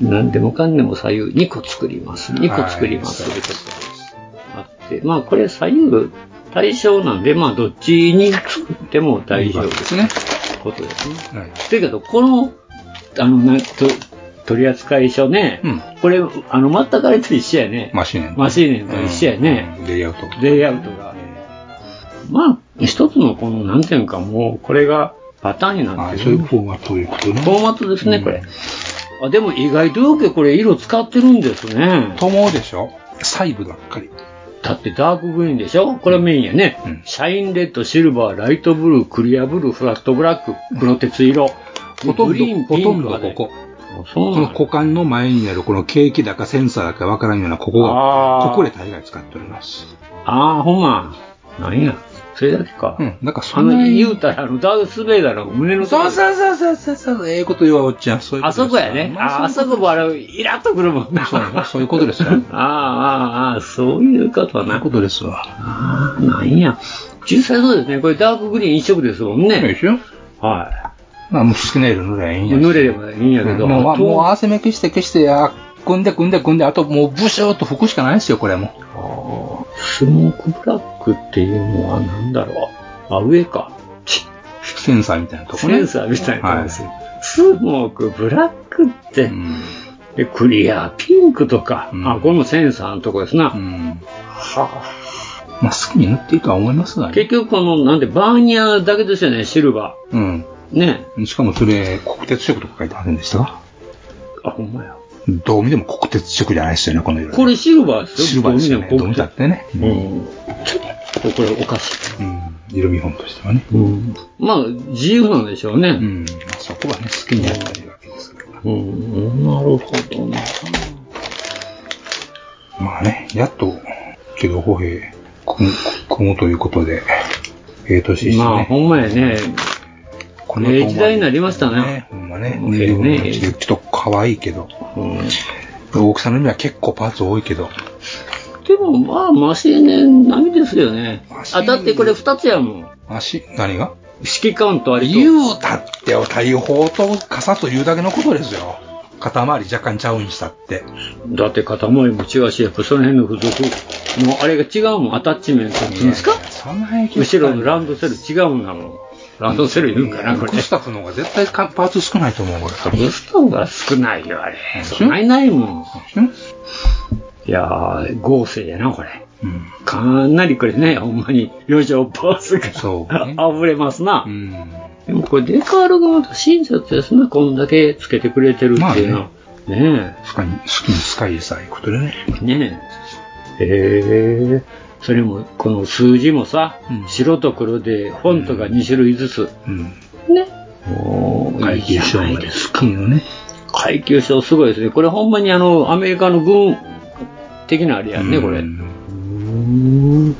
なんでもかんでも左右2個作ります。2個作ります。
はい
あって、まあこれ左右対象なんで、まあ、どっちに作っても対象ですね。ことですね。
はい。
だけど、この、あの、なんと取扱書ね、これ、あの、全くあれと一緒やね。
マシネン。
マシーネンと一緒やね。
レイアウト。
レイアウトが。まあ、一つのこの、なんていうか、もう、これがパターンになってる。
そういうフォーマットをいうことね。
フォーマットですね、これ。あ、でも意外とよくこれ色使ってるんですね。
ともでしょ細部ばっかり。
だってダークグリーンでしょこれメインやね、シャインレッド、シルバー、ライトブルー、クリアブルー、フラットブラック、黒鉄色。
ほと
グ
ん
リー
ど、
ンピ
ほと
ン
ん
ク
ど
が
は
ね
ここ。
そう
この股間の前にあるこのケーキだかセンサーだかわからんようなここ
あ
が、
ー
ここで大概使っております。
ああ、ほんま。なんや。それだけか。
うん。なんかそ
あ
ん
の、
なに
言うたら、あの、ダースベイダーの胸の
そうそうそうそうそうそう、ええこと言うわ、おっちゃん。そういうこ
あ
と
そこやね。ああそこもあれ、イラッとくるもんな。
そうそういうことですよ。
ああ、ああ、ああ、そういうことはな。
ことですわ。
ああ、なんや。実際そうですね。これダークグリーン一色ですもんね。
でしょ
は [laughs]
まあ、もう好きな色塗ればいいん
い。
や。
濡れればいいんやけど。
もう、もうもう合
あ
わせ目消して消して、あ、組んで組んで組んで、あともうブシューっと拭くしかないですよ、これはもう。
とスモークブラックっていうのはなんだろう。あ、上か。
センサーみたいなとこね。
センサーみたいなとこですよ。スモークブラックって、でクリアピンクとか、あ、これもセンサーのとこですな。は
まあ、好きに塗っていいとは思いますが
あ、
ね。
結局この、なんで、バーニアだけですよね、シルバ
うん。
ー。ね。
しかもそれ、国鉄色とか書いてあるんでしたか
あ、ほんまや。
どう見ても国鉄色じゃないですよね、この色。
これシルバーですよ、
シルバーですよね。
どう
どう
見
見
て
た
も
ってね。
うん。これおかしい。
色見本としてはね。
まあ、自由なんでしょうね。
うん。そこはね、好きにやったらいいわけですから。
うん、なるほどね。
まあね、やっと、けど、歩兵、組む、組むということで、ええ年してね。
まあ、ほんまやね。
こ
ええ時代になりましたね。
ほんまね、
ええね
ちょっと可愛いけど、大きさのには結構パーツ多いけど、
でも、まあ、マシーネン並みですよね。あ、だってこれ二つやもん。
足、何が
指揮官とありと。
言うたって、大砲と傘というだけのことですよ。肩周り若干ちゃうんしたって。
だって肩周りも違うし、やっぱその辺の付属、もうあれが違うもん、アタッチメントっていうんですか
そんな影響
後ろのランドセル違うもんなもん。ランドセル言うんかな、これ。
グスタフの方が絶対かパーツ少ないと思う、これ。
グスタフが少ないよ、あれ。そんないないもん。いやー、合成やな、これ。かなりこれね、ほんまに、余剰パースが、 [laughs] あぶれますな。でもこれ、デカールがまた親切ですね、こんだけつけてくれてるっていうのは。ね
スカイ、スキンスカイさ、いうことでね。
え。ねえ。へえ。それも、この数字もさ、白と黒で、フォントが2種類ずつ。ね。おー、いいじゃないですか。
ね。
階級賞すごいですね。これほんまにあの、アメリカの軍的なあれやんね、これ。うーん。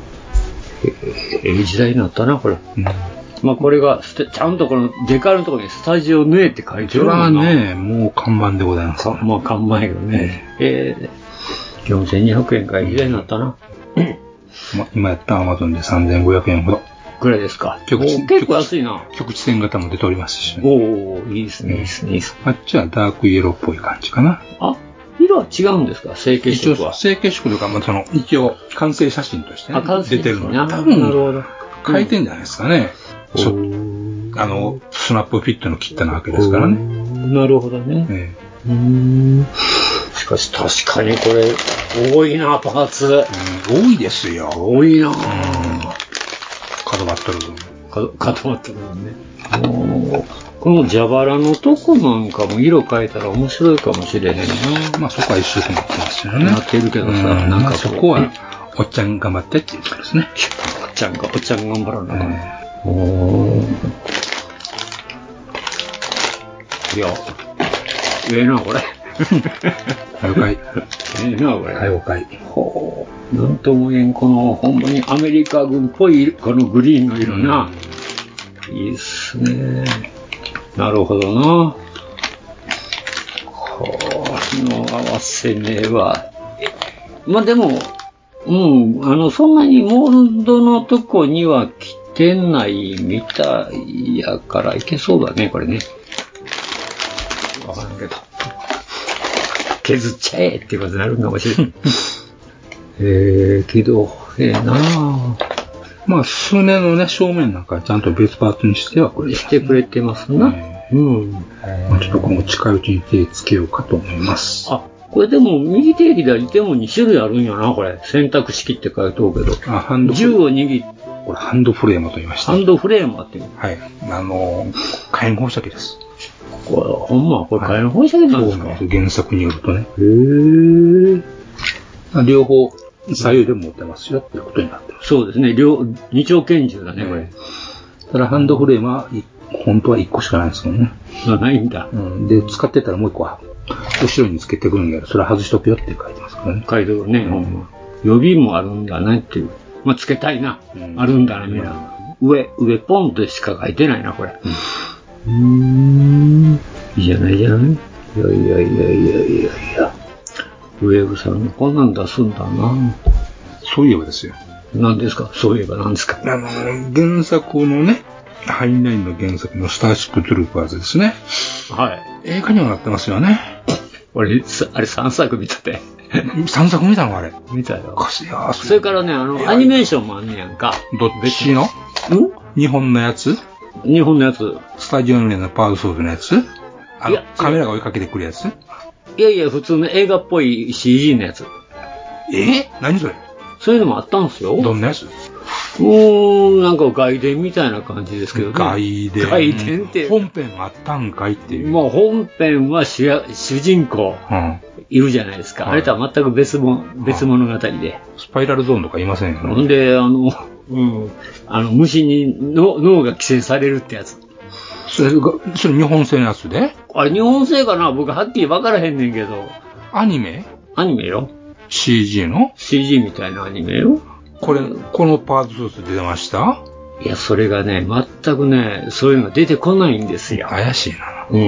ええ時代になったな、これ。まあこれがステ、ちゃんとこのデカールのところにスタジオヌエって書いて
そ
る
れ
もんな
はね、もう看板でございます。
もう看板やけどね。ええ4200円がいい時代になったな。
ま今やったアマゾンで3500円ほど。
ぐらいですか。
局地
お結構安いな。
局地線型も出ておりますし、ね。
おおいいですね、いいですね、いいですね。
あっちはダークイエローっぽい感じかな。
あ、色は違うんですか成形色
一応、
は。
成形色というか、まあ、その、一応、完成写真として、ね
あ、完成
出てるの
な
に。多
なる
分、
ほど。
変えてんじゃないですかね。そあの、スナップフィットの切ったなわけですからね。
なるほどね。
え
うーんしかし確かにこれ、多いな、パーツ。
多いですよ。
多いな
角張っとる分。
か固まってるもんね。おーこの蛇腹のとこなんかも色変えたら面白いかもしれへんな。
まあそこは一緒になってますよね。
なってるけどさ
うん
なんかこう
まあそこは、おっちゃん頑張ってっていうことですね。
おっちゃんが、おっちゃん頑張らなあかんね。いや、ええな、これ。
了解。
ええな、これ。
了解。
ほう。なんとも言えん、この、ほんまにアメリカ軍っぽい、このグリーンの色な。いいっすね。なるほどな。この合わせ目は。えまあでも、うん、あの、そんなにモールドのとこには来てないみたいやから、いけそうだね、これね。わからんけど。削っちゃえっていうことになるかもしれない。えー、けど、ええなあ
まあ、数年のね、正面なんかちゃんと別パーツにしてはくれ
してくれてますな。うん。
まあちょっと今後近いうちに手つけようかと思います。
あ、これでも右手左手も2種類あるんやな、これ。選択式って書いておるけど。
あ、ハンド
銃を握っ
これハンドフレームと言いました。
ハンドフレームっていう。
はい。あのー、火炎放射器です。
これ、ほんま、これ火炎放射器なんですか、
そう原作によるとね。
へー。
両方、左右でも持てますよっていうことになってます。
そうですね、両、二丁拳銃だね、これ。
ただハンドフレームは、い本当は1個しかないんですもんね。
が [laughs] ないんだ。
うん。で、使ってたらもう1個は、後ろにつけてくるんやけど、それは外しとくよって書いてますからね。
書いてるね、ほんま。予備もあるんだなっていう。まあ、つけたいな。
ん
あるんだな、みんな。上、上ポンとしか書いてないな、これ。うーん。いいじゃないじゃないいやいやいやいやいやいや。ウェーブさん、こんなん出すんだな。
そういえばですよ。
何ですかそういえば何ですか
あのー、原作のね、ハインラインの原作のスターシップトゥルーパーズですね。
はい。
映画にもなってますよね。
俺、さあれ3作見たて。
3作見たのあれ。
見たよ
お。かしいな
それからね、あの、アニメーションもあんねやんか。
どっちの
ん
日本のやつ
日本のやつ。
スタジオのパウソーズのやつあ
い
の
や、
カメラが追いかけてくるやつ
いやいや、普通の映画っぽい CG のやつ。
え何それ
そういうのもあったんですよ。
どんなやつ
うーん、なんか外伝みたいな感じですけどね。
外伝。
外伝って。
本編があったんかいっていう。
まあ本編は主役主人公
うん。
いるじゃないですか。
はい
あれとは全く別も別物語で。
スパイラルゾーンとかいませんよ
ほん
ね。
で、あの、うん、あの虫にの脳が寄生されるってやつ。
それが、それ日本製のやつで
あれ日本製かな僕はっきり分からへんねんけど。
アニメ
アニメよ。
?CG の
CG みたいなアニメよ。
これ、このパーツスーツ出てました
いや、それがね、全くね、そういうのが出てこないんですよ。
怪しいな。
う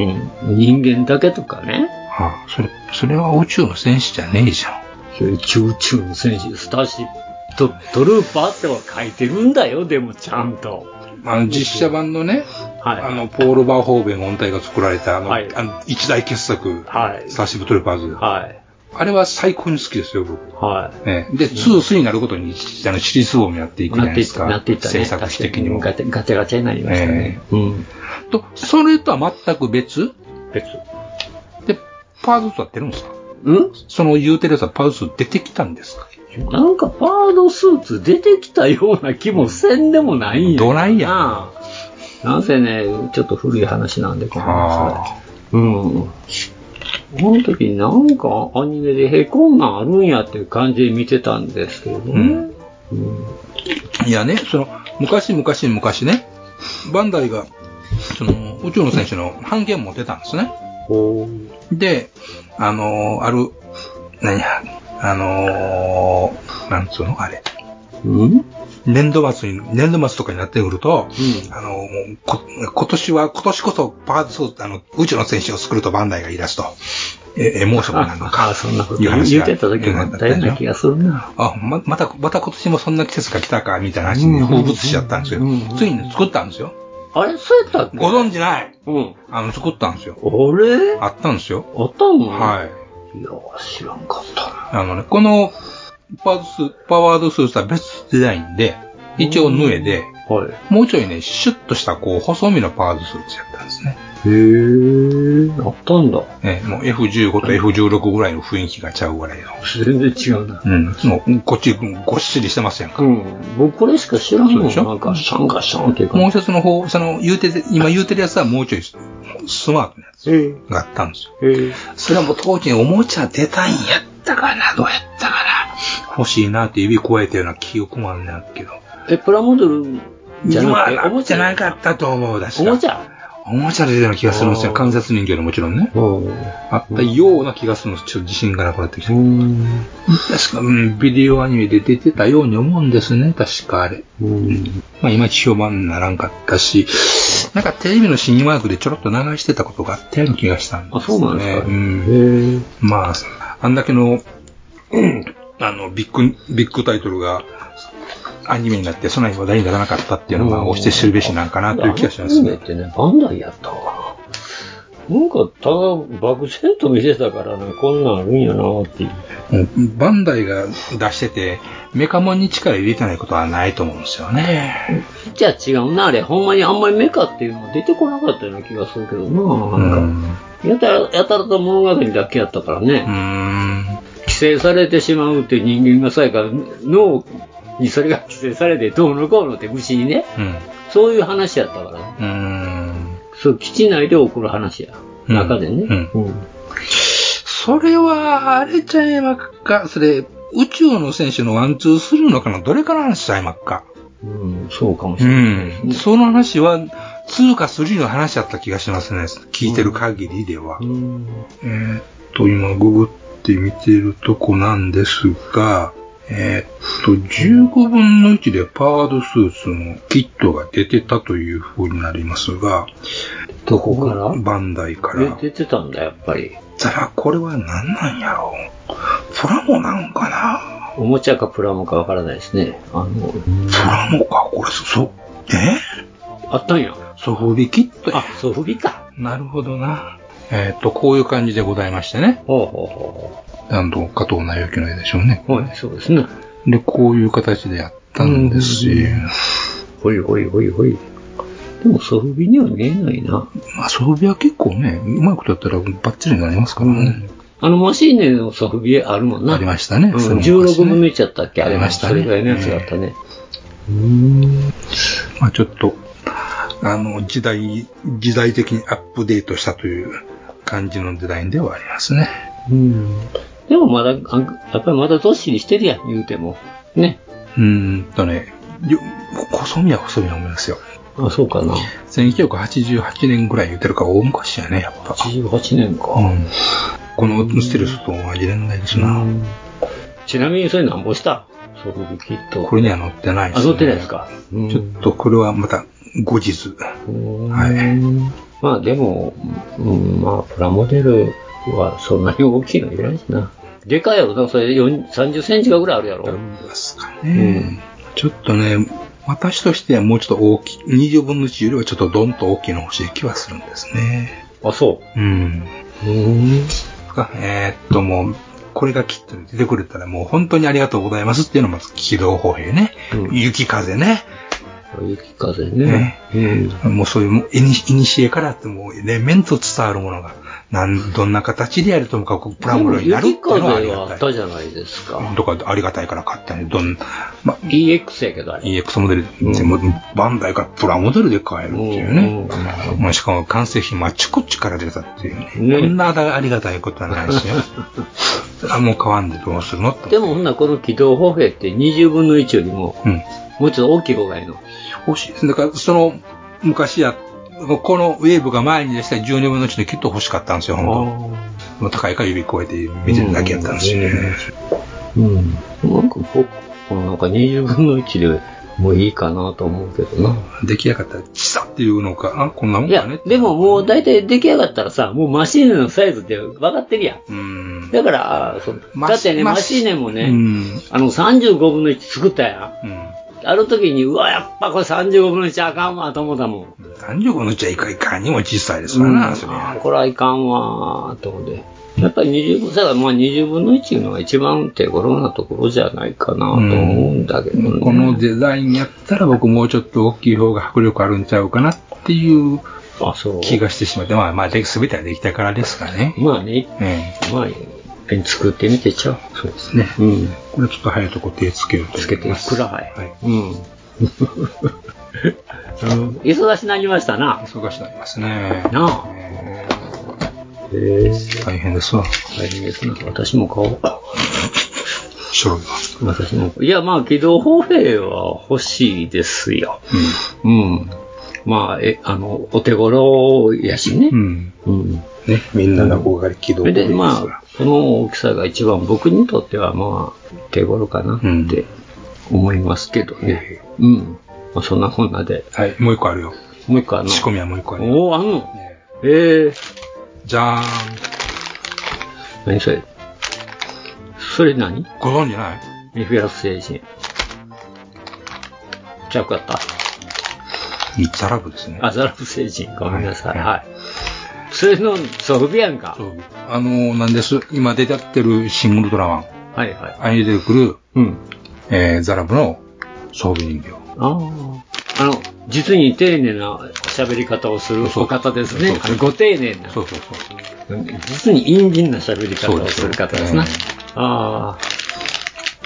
ん。人間だけとかね。
はあ、それ、それは宇宙の戦士じゃねえじゃん。
中中の戦士、スターシップトトルーパーっては書いてるんだよ、でもちゃんと。
あの、実写版のね、
はい
あの、ポール・バーホーベン本体が作られた、あの、
はい
あの一大傑作、
はい
スターシップトレパーズ。
はい。
あれは最高に好きですよ、僕。
は
ね、で、ツー、スーになるごとに、あの、シリーズ王になってい
い。
くじゃな
なっ
いで
ていっ
す
た、
か。
なっていったね。
制作的にも。
ガテガテガテになりましたね。うん。
と、それとは全く別
別。
で、パーズ2は出るんですか
うん
その言うてるやつはパーズ2出てきたんですか
なんかパードスーツ出てきたような気もせんでもないんやけど
ドライや
な
な。
なんせね、ちょっと古い話なんで、この
あ
話。うん。この時なんかアニメでへこんなんあるんやっていう感じで見てたんですけどね。
うんいやね、その、昔昔昔ね、バンダイが、その、宇宙の選手の半券持ってたんですね。
ほ
で、あのーある、何や、あのーなんつうのあれ。
う。うん
年度末に、年度末とかになってくると、
う
あのーもうこ、今年は、今年こそパーツを、あの、宇宙の選手を作るとバンダイが言い出すと、え、エモーションな [laughs] の
あ
か。
あ、そんなこと
いう
言う
話
言う
が
てた時もあったような気がするな。
あ、ま、また、また今年もそんな季節が来たか、みたいな話に風物しちゃったんですよ
うんうんうん。
ついに作ったんですよ。
あれそうやったっけ
ご存知ない
うん。
あの、作ったんですよ。
あれ
あったんですよ。
あったの
はい。
い。いや、知らんかったな。
あのね、このパワードスー、パワードスーツは別デザインで、一応ヌエで、
はい。
もうちょいね、シュッとした、こう、細身のパワードスーツやったんですね。
へえ、あったんだ。
えもう F15 と F16 ぐらいの雰囲気がちゃうぐらいの。
全然違うな。
うん。もう、こっち、ごっしりしてますやんか。
うん。僕これしか知らん
そう
の
でしょ
なんか、シャンガシャンっていうか。
もう一つの方、その、言うてて、今言うてるやつはもうちょいススマートなやつ
えー、
があったんですよ。
えー、
それはもう当時におもちゃ出たんやったかな、どうやったかな。欲しいなって指加えたような記憶もあるんだけど。
え、プラモデルじゃなくて、
今はじゃなかったと思う、確か
おもちゃ
おもちゃで出てるような気がするんですよ。
あー
観察人形のもちろんね。
うん。
あったような気がするんです。ちょっと自信がなくなってきた。確か、うん、ビデオアニメで出てたように思うんですね。確かあれ。
うん。
まあ、いまいち評判にならんかったし、なんかテレビの新枠でちょろっと流してたことがあったような気がしたんです、ね。
あそうなんですか
うん。
へえ。
まあ、あんだけの、うんあの、ビッグ、ビッグタイトルが、アニメになって、そんなに話題にならなかったっていうのが、
うん
押して知るべしなんかなという気がしますね
アニメっ。てね、バンダイやったわ。なんか、ただ、漠然と見てたからね、こんなんあるんやなっていう。
うんバンダイが出してて、メカモンに力入れてないことはないと思うんですよね。
じゃあ違うな、あれ。ほんまにあんまりメカっていうのは出てこなかったような気がするけどな。
うん。
やたら、やたらと物語だけやったからね。規制されてしまうっていう人間がさえから、脳にそれが規制されてどうのこうのって虫にね。
うん。
そういう話やったか
う
ら。
ん。
そう、基地内で起こる話や。中でね。
それは、あれちゃいまっか。それ、宇宙の選手のワンツーするのかのどれから話しちゃいまっか。
うん、そうかも
しれない、その話は、2か3の話だった気がしますね。聞いてる限りでは。えーっと、今、ググって見てるとこなんですが、えーっと、15分の1でパワードスーツのキットが出てたという風になりますが、
どこから
バンダイから。
出てたんだ、やっぱり。
たら、これは何なんやろう。プラモなんかな
おもちゃかプラモかわからないですね。あの、プ
ラモか、これ、そ、え
あったんや。
ソフビキット
あ、ソフビか。
なるほどな。えーっと、こういう感じでございましてね。
ほうほうほ
なんと、加藤直之の絵でしょうね。
はい、そうですね。
で、こういう形でやったんですよ。
う。ほいほいほいほい。でもソフビには見えないな。
まあ、装備は結構ね、うまいことやったらバッチリになりますからね。
あのマシーネのソフビあるもんな。あり
ましたね。
うん、
それも
16分の1やったっけあ
あ
れ
りましたね
それぐらいのやつだったね。
まあ、ちょっと、あの、時代、時代的にアップデートしたという感じのデザインではありますね。
でもまだ、あやっぱりまだどっしりしてるやん、言うても。ね。
うーんとね、よ細身は細身なんですよ。
あ、そうかな。
1988年ぐらい言ってるから大昔やね、やっぱ。
88年か。
うん。このステルスと同じ年代ですな。
ちなみにそれなんぼしたソフビキット。
これには載ってないです、
あ、乗ってないですか。
ちょっとこれはまた後日。
はい。まあでも、うん、まあプラモデルはそんなに大きいのいらないしな。でかいやろ、だからそれ4 30センチがぐらいあるやろ。
ねちょっとね、私としてはもうちょっと大きい、20分の1よりはちょっとドンと大きいの欲しい気はするんですね。。
あ、そう
うん。
うん。
えーっともう、これがきっと出てくれたらもう本当にありがとうございますっていうのもまず軌道歩兵ね。雪風ね。
雪風
ね。もうそういうもう、いにいにしえからあってもう、ね、面と伝わるものが、なん、どんな形でやるともかくプラモデルになるってい
雪
う
風
のはありが
はあったじゃないですか。
とかありがたいから買ったんで、どん、
EX やけどあれ。
EX モデルって、もうバンダイからプラモデルで買えるっていうね。もうしかも完成品もあっちこっちから出たっていうね。こんなありがたいことはない [laughs] ですよ。あもう買わんでどうするのって。
でもほんならこの軌道歩兵って20分の1よりも、
うん
もうちょっと大きい方がいいの。
欲しいです。だからその昔や、このウェーブが前に出した12分の1のキット欲しかったんですよ、本当もう高いから指越えて見てるだけやったんですよね。
うん。なんか僕、このなんか20分の1でもういいかなと思うけどな。
出来上がったら、チサっていうのか、あ、こんなもん
いや、でももう大体出来上がったらさ、もうマシーネのサイズって分かってるやん。だから、あそうだってね、マシーネもね、あの35分の1作ったやん。あの時に、うわ、やっぱこれ35分の1あかんわと思ったもん。
35分の1はいかいかにも小さいですからな、
うんあーこれはいかんわーと思って。やっぱり20分、だからまあ20分の1いうのが一番手頃なところじゃないかなと思うんだけどね。
このデザインやったら僕もうちょっと大きい方が迫力あるんちゃうかなっていう気がしてしまって、まあまあ、で全てはできたからですかね。
まあね、まあ、作ってみてちゃう。
そうですね。
うん。
これちょっと早いとこ手つけるとつけてます。
くらはい。うん。忙しなりましたな。
忙しなりますね。
なあ。
大変ですわ。
大変ですな。私も買おうか。
しょろ
私も。いや、まあ、軌道歩兵は欲しいですよ。うん。まあ、え、あの、お手頃やしね。
うん。
うん。
ね、みんなの憧れ軌道
それで、まあ、この大きさが一番僕にとっては、まあ、手頃かなって思いますけどね。うん。まあ、そんなこんなで。
はい、もう一個あるよ。
もう一個あるの
仕込みはもう一個あるよ。
おお、あんのええ
じゃーん。
何それそれ何
ご存じない
メフィラス星人。ちゃうかった。
ザラブですね。
あ、ザラブ星人。ごめんなさい。はい。それの装備やんか。
あのー、なんです。今出てやってるシングルドラマン。
はいはい。
あれに出てくる、えーザラブの装備人形。
ああ。あの、実に丁寧な喋り方をするお方ですね。あのご丁寧な。
そうそう
そう。実に陰銀な喋り方をする方ですな。ああ。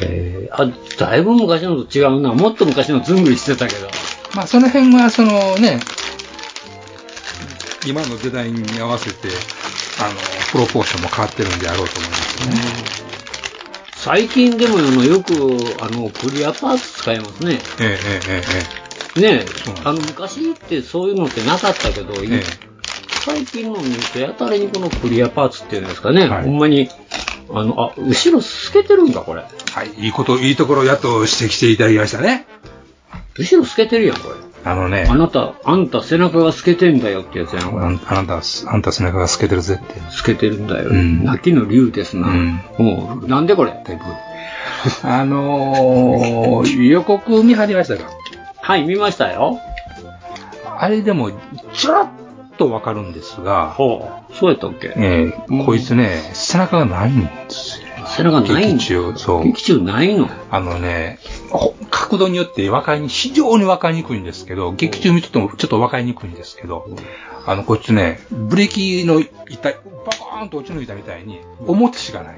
えー、あ、だいぶ昔のと違うな。もっと昔のずんぐりしてたけど。
まあ、その辺は、そのね、今の時代に合わせて、あの、プロポーションも変わってるんであろうと思いますね。
最近でもあのよくあのクリアパーツ使いますね。
えええええ
ねえ、あの昔ってそういうのってなかったけど、今最近の見るとやたらにこのクリアパーツっていうんですかね、ほんまに、あの、あ、後ろ透けてるんか、これ。
えはい、いいこと、いいところやと指摘していただきましたね。
後ろ透けてるやん、これ。
あのね、
あなた、あんた背中が透けてんだよってやつやん、これ。
あんあなた、あんた背中が透けてるぜって。
透けてるんだよ。泣きの竜ですな。もう、なんでこれだいぶ。
[laughs] あのー、予告見張りましたか
はい、見ましたよ。
あれでも、ちょろっとわかるんですが、
そうやったっけ
ええこいつね、背中がないんですよ。
背中ないん
劇中、そう。
劇中な
[laughs]
いの
あのね、ほ角度によって分かりに、非常に分かりにくいんですけど、劇中見ててもちょっと分かりにくいんですけど、あの、こいつね、ブレーキの板、バコーンと落ち抜いたみたいに、表しかない。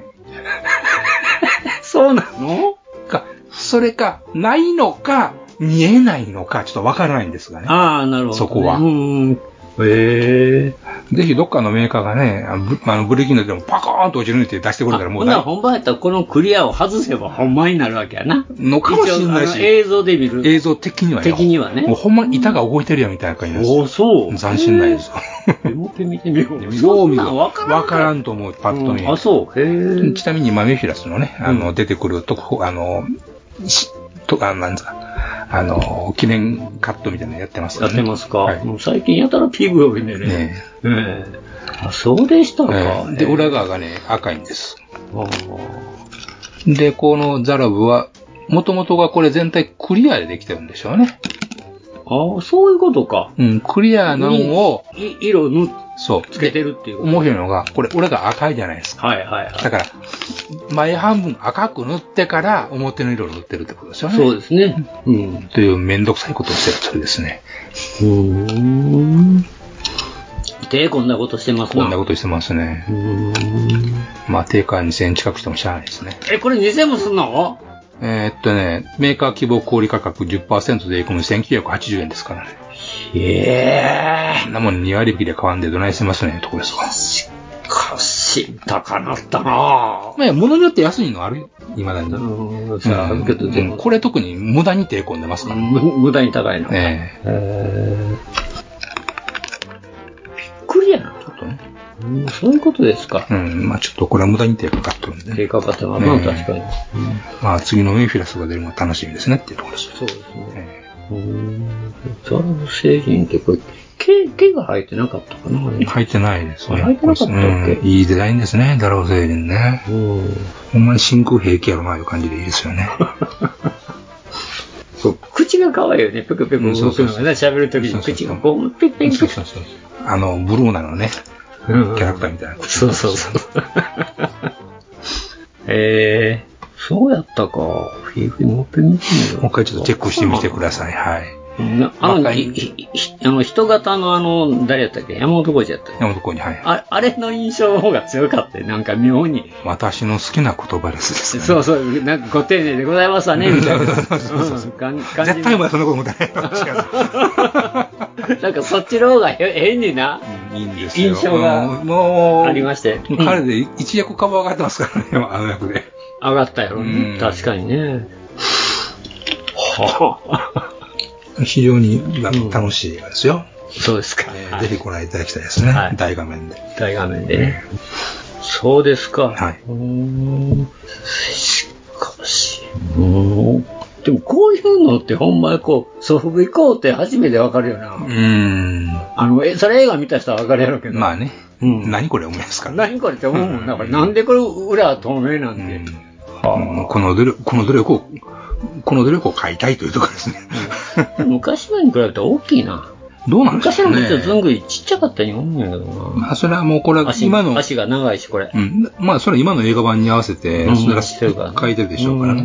そうなの
か、それか、ないのか、見えないのか、ちょっと分からないんですがね。
ああ、なるほど、
そこは。
うん。
ええぜひどっかのメーカーがね、あのブあのブレーキのでもパコーンと落ちるって出してくれたらも
ほ
うん
なら
だ
本番やったらこのクリアを外せば本番になるわけやな。
のかもしれない
一応あの
し。
映像で見る。
映像的にはよ
的にはね
もうほんまに板が動いてるやみたいな感じです。
おそう。
斬新な映像。
もう一回見てみよう。
よう見る。
わからん
わからんと思う、パッと見。
あ、そう。へえ。
ちなみに、マミフィラスのね、あの、出てくるとこ、あの、しと、あの、なんですか、あの、記念カットみたいなのやってます
や
よ
っ
ね
てますか。
はい
もう最近やたら PV 多いね。
ね
ええあ、そうでしたか。
ええで、裏側がね、赤いんです。で、このザラブは、もともとがこれ全体クリアでできてるんでしょうね。
ああ、そういうことか。
うん、クリアなんを、
い色塗っ
そう。
つけてるっていうこと。
面白いのが、これ、裏が赤いじゃないですか。
はいはいはい。
だから、前半分赤く塗ってから表の色を塗ってるってことですよね。
そうですね。うん。
というめんどくさいことをしてるそれですね。
で、こんなことしてます
こんな
な。
ことしてますね。まあ、定価2000円近くしてもしゃあないですね。
え、これ2000もすんの
えーっとね、メーカー希望小売価格10%税込み1980円ですからね。
え
そんなもん2割引きで買わんでどないしてますね、とこですわ。
えかし、高なったな
まあ、物によって安いのあるよ。今だに。
うん、それはあるけど、で
うん
も、
これ特に無駄に手込んでますから。
む無駄に高いな。
ええ
クリアな。
ちょっとね。
うんそういうことですか。
うん、まあちょっとこれは無駄に手かかってるんでね。
低価格はな、
ええ
確かに。
まあ次のメンフィラスが出るのが楽しみですねっていうところです。
そうですね。ザラブ製品ってこれ、毛、毛が生えてなかったかな
入ってないですね。
入ってなかったっけ
うんいいデザインですね、ダロー星人ね。ほんまに真空兵器やろな、いう感じでいいです
[laughs]
よね。
そう、口が可愛いよね。ペクペク動くのがね、喋るときに口がこう、ペクペクペク。
あの、ブルーナのね、キ
うんうん
ャラクターみたいな。
そうそうそう。えー、そうやったか。フィーフィーもっぺん見てみよ
も
う。
う一回ちょっとチェックしてみてください。はい。
なあの、ひひあの人型のあの、誰やったっけ山本浩二やったっけ
山本浩二、はい。
ああれの印象の方が強かったよなんか妙に。
私の好きな言葉ですですね。
そうそう、なんかご丁寧でございますわね、
[laughs]
みたいな。うん感感じ
絶対お前そんなこと思ってないよ。違う
なんかそっちの方がへ変にな、
いいんですよ。
印象が
うんもう、
ありまして。うん
彼で一役株上がってますからね、あの役で。
上がったやろ
う
ね。
ん
確かにね。はあ、
非常にあの楽しい映画ですよ。
そうですか。
ぜひご覧いただきたいですね。大画面で。
大画面でね。そうですか。はい。しかし、うーんでもこういうのってほんまにこう、ソフビ行こうって初めてわかるよな。
うん。
あの、え、それ映画見た人はわかるやろうけど。
まあね。何これ思いますからね。
何これって思うもん。だからなんでこれ裏は透明なんで。
うんこの努力、この努力を、この努力を買いたいというところですね。
昔のに比べて大きいな。
どうなんで
昔
しょ
の
うね
靴はずんぐりちっちゃかったように思うんやけどな。
まあ、それはもうこれは
足
今の、
足が長いし、これ。
うん、まあ、それは今の映画版に合わせて、
うん
それは
してるからね
書いてるでしょうからね。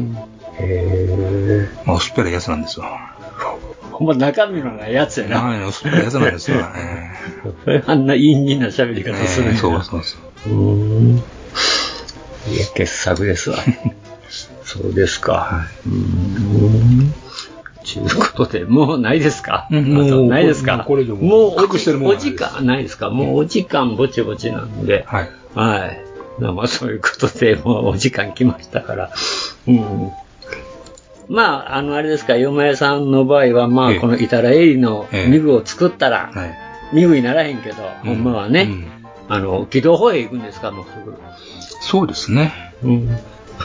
へ
まあ、薄っぺらいやつなんですよ。
ほんま中身のないやつやな。
はい、薄っぺらいやつなんです
[laughs]
よね。
それあんな陰気な喋り方するん
ね
や
そうそうそう。
うん。いや、傑作で
[laughs]
すわ。そうですか。うん。ということで、もうないですか
うん
あと
もう
ないですか
もうこれ以上もう
もうお
隠してるもんは
お
ないです
時間ないですかもうお時間ぼちぼちなんで。
はい。
はい。まあ、そういうことで、もうお時間来ましたから。うん。まあ、あの、あれですか、嫁さんの場合は、まあ、
ええ
このイタラエリの
ええ
ミグを作ったら、
はい。
ミグにならへんけど、ほんまはね、
うん
あの、軌道方へ行くんですか、もうすぐ。
そうですね。
うん。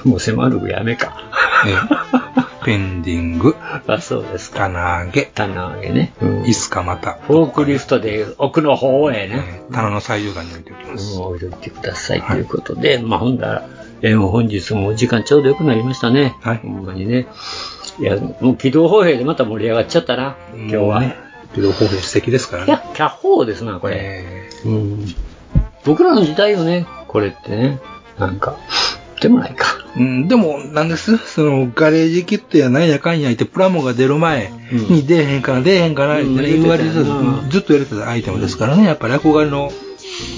もう迫るやめ
[laughs]
か。
え
[laughs]
ーペンディング、
あ、そうですか。
棚上げ、
棚上げね。
いつかまた、
フォークリフトで奥の方へ
え
ね。
ー棚の最上段に置いておきます。
もう置いといてくださいということで、まあほんだら、えーもう本日もお時間ちょうど良くなりましたね。
はい
ほんまにね。いや、もう軌道砲兵でまた盛り上がっちゃったな、今日は。
ね。けど、方法素敵ですから
いや
ね。、
キャホーですな、これ。
え
うん。僕らの時代よね、これってね。なんか、でもないか。
ーうん、でも、なんですその、ガレージキットやなんやかんや言って、プラモが出る前に出えへんから、出えへんから、言ってね
うん
言われてた、
うん
ずっとやれてたアイテムですからね、やっぱり憧れの、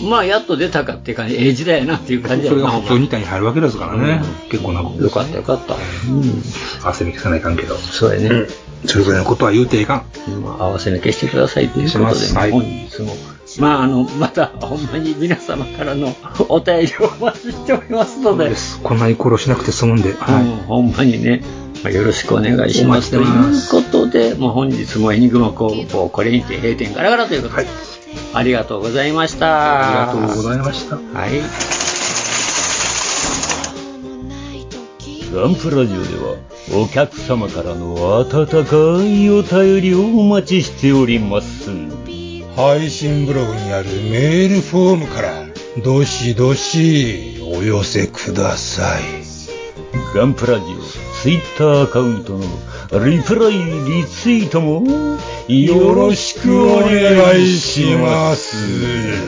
まあ、やっと出たかっていう感じ、ええ時代やなっていう感じや
それ
な。
が
ほん
北
ま
東2体に入るわけですからね。結構なこと
よかったよかった。うん。
汗に消さないかんけど。
そうやね。
それぐらいのことは言うていかん。
まあ、合わせ抜けしてくださいという
し
こと
ま
で、
すはい
本日も、まあ、あの、また、ほんまに皆様からのお便りをお待ちしておりますので、
です。こんなに苦労しなくて済むんで。はい。
うんほんまにね、まあ、よろしくお願いします。と
お
い
待ちし
う
て
ことで、もう本日もエニグマ工房、これにて閉店ガラガラということで、ありがとうございました。
ありがとうございました。
はい。
ガンプラジオではお客様からの温かいお便りをお待ちしております
配信ブログにあるメールフォームからどしどしお寄せください
ガンプラジオツイッターアカウントのリプライリツイートもよ
よ
ろ
ろ
し
し
く
く
お
お
願
願
い
いし
しま
ますす。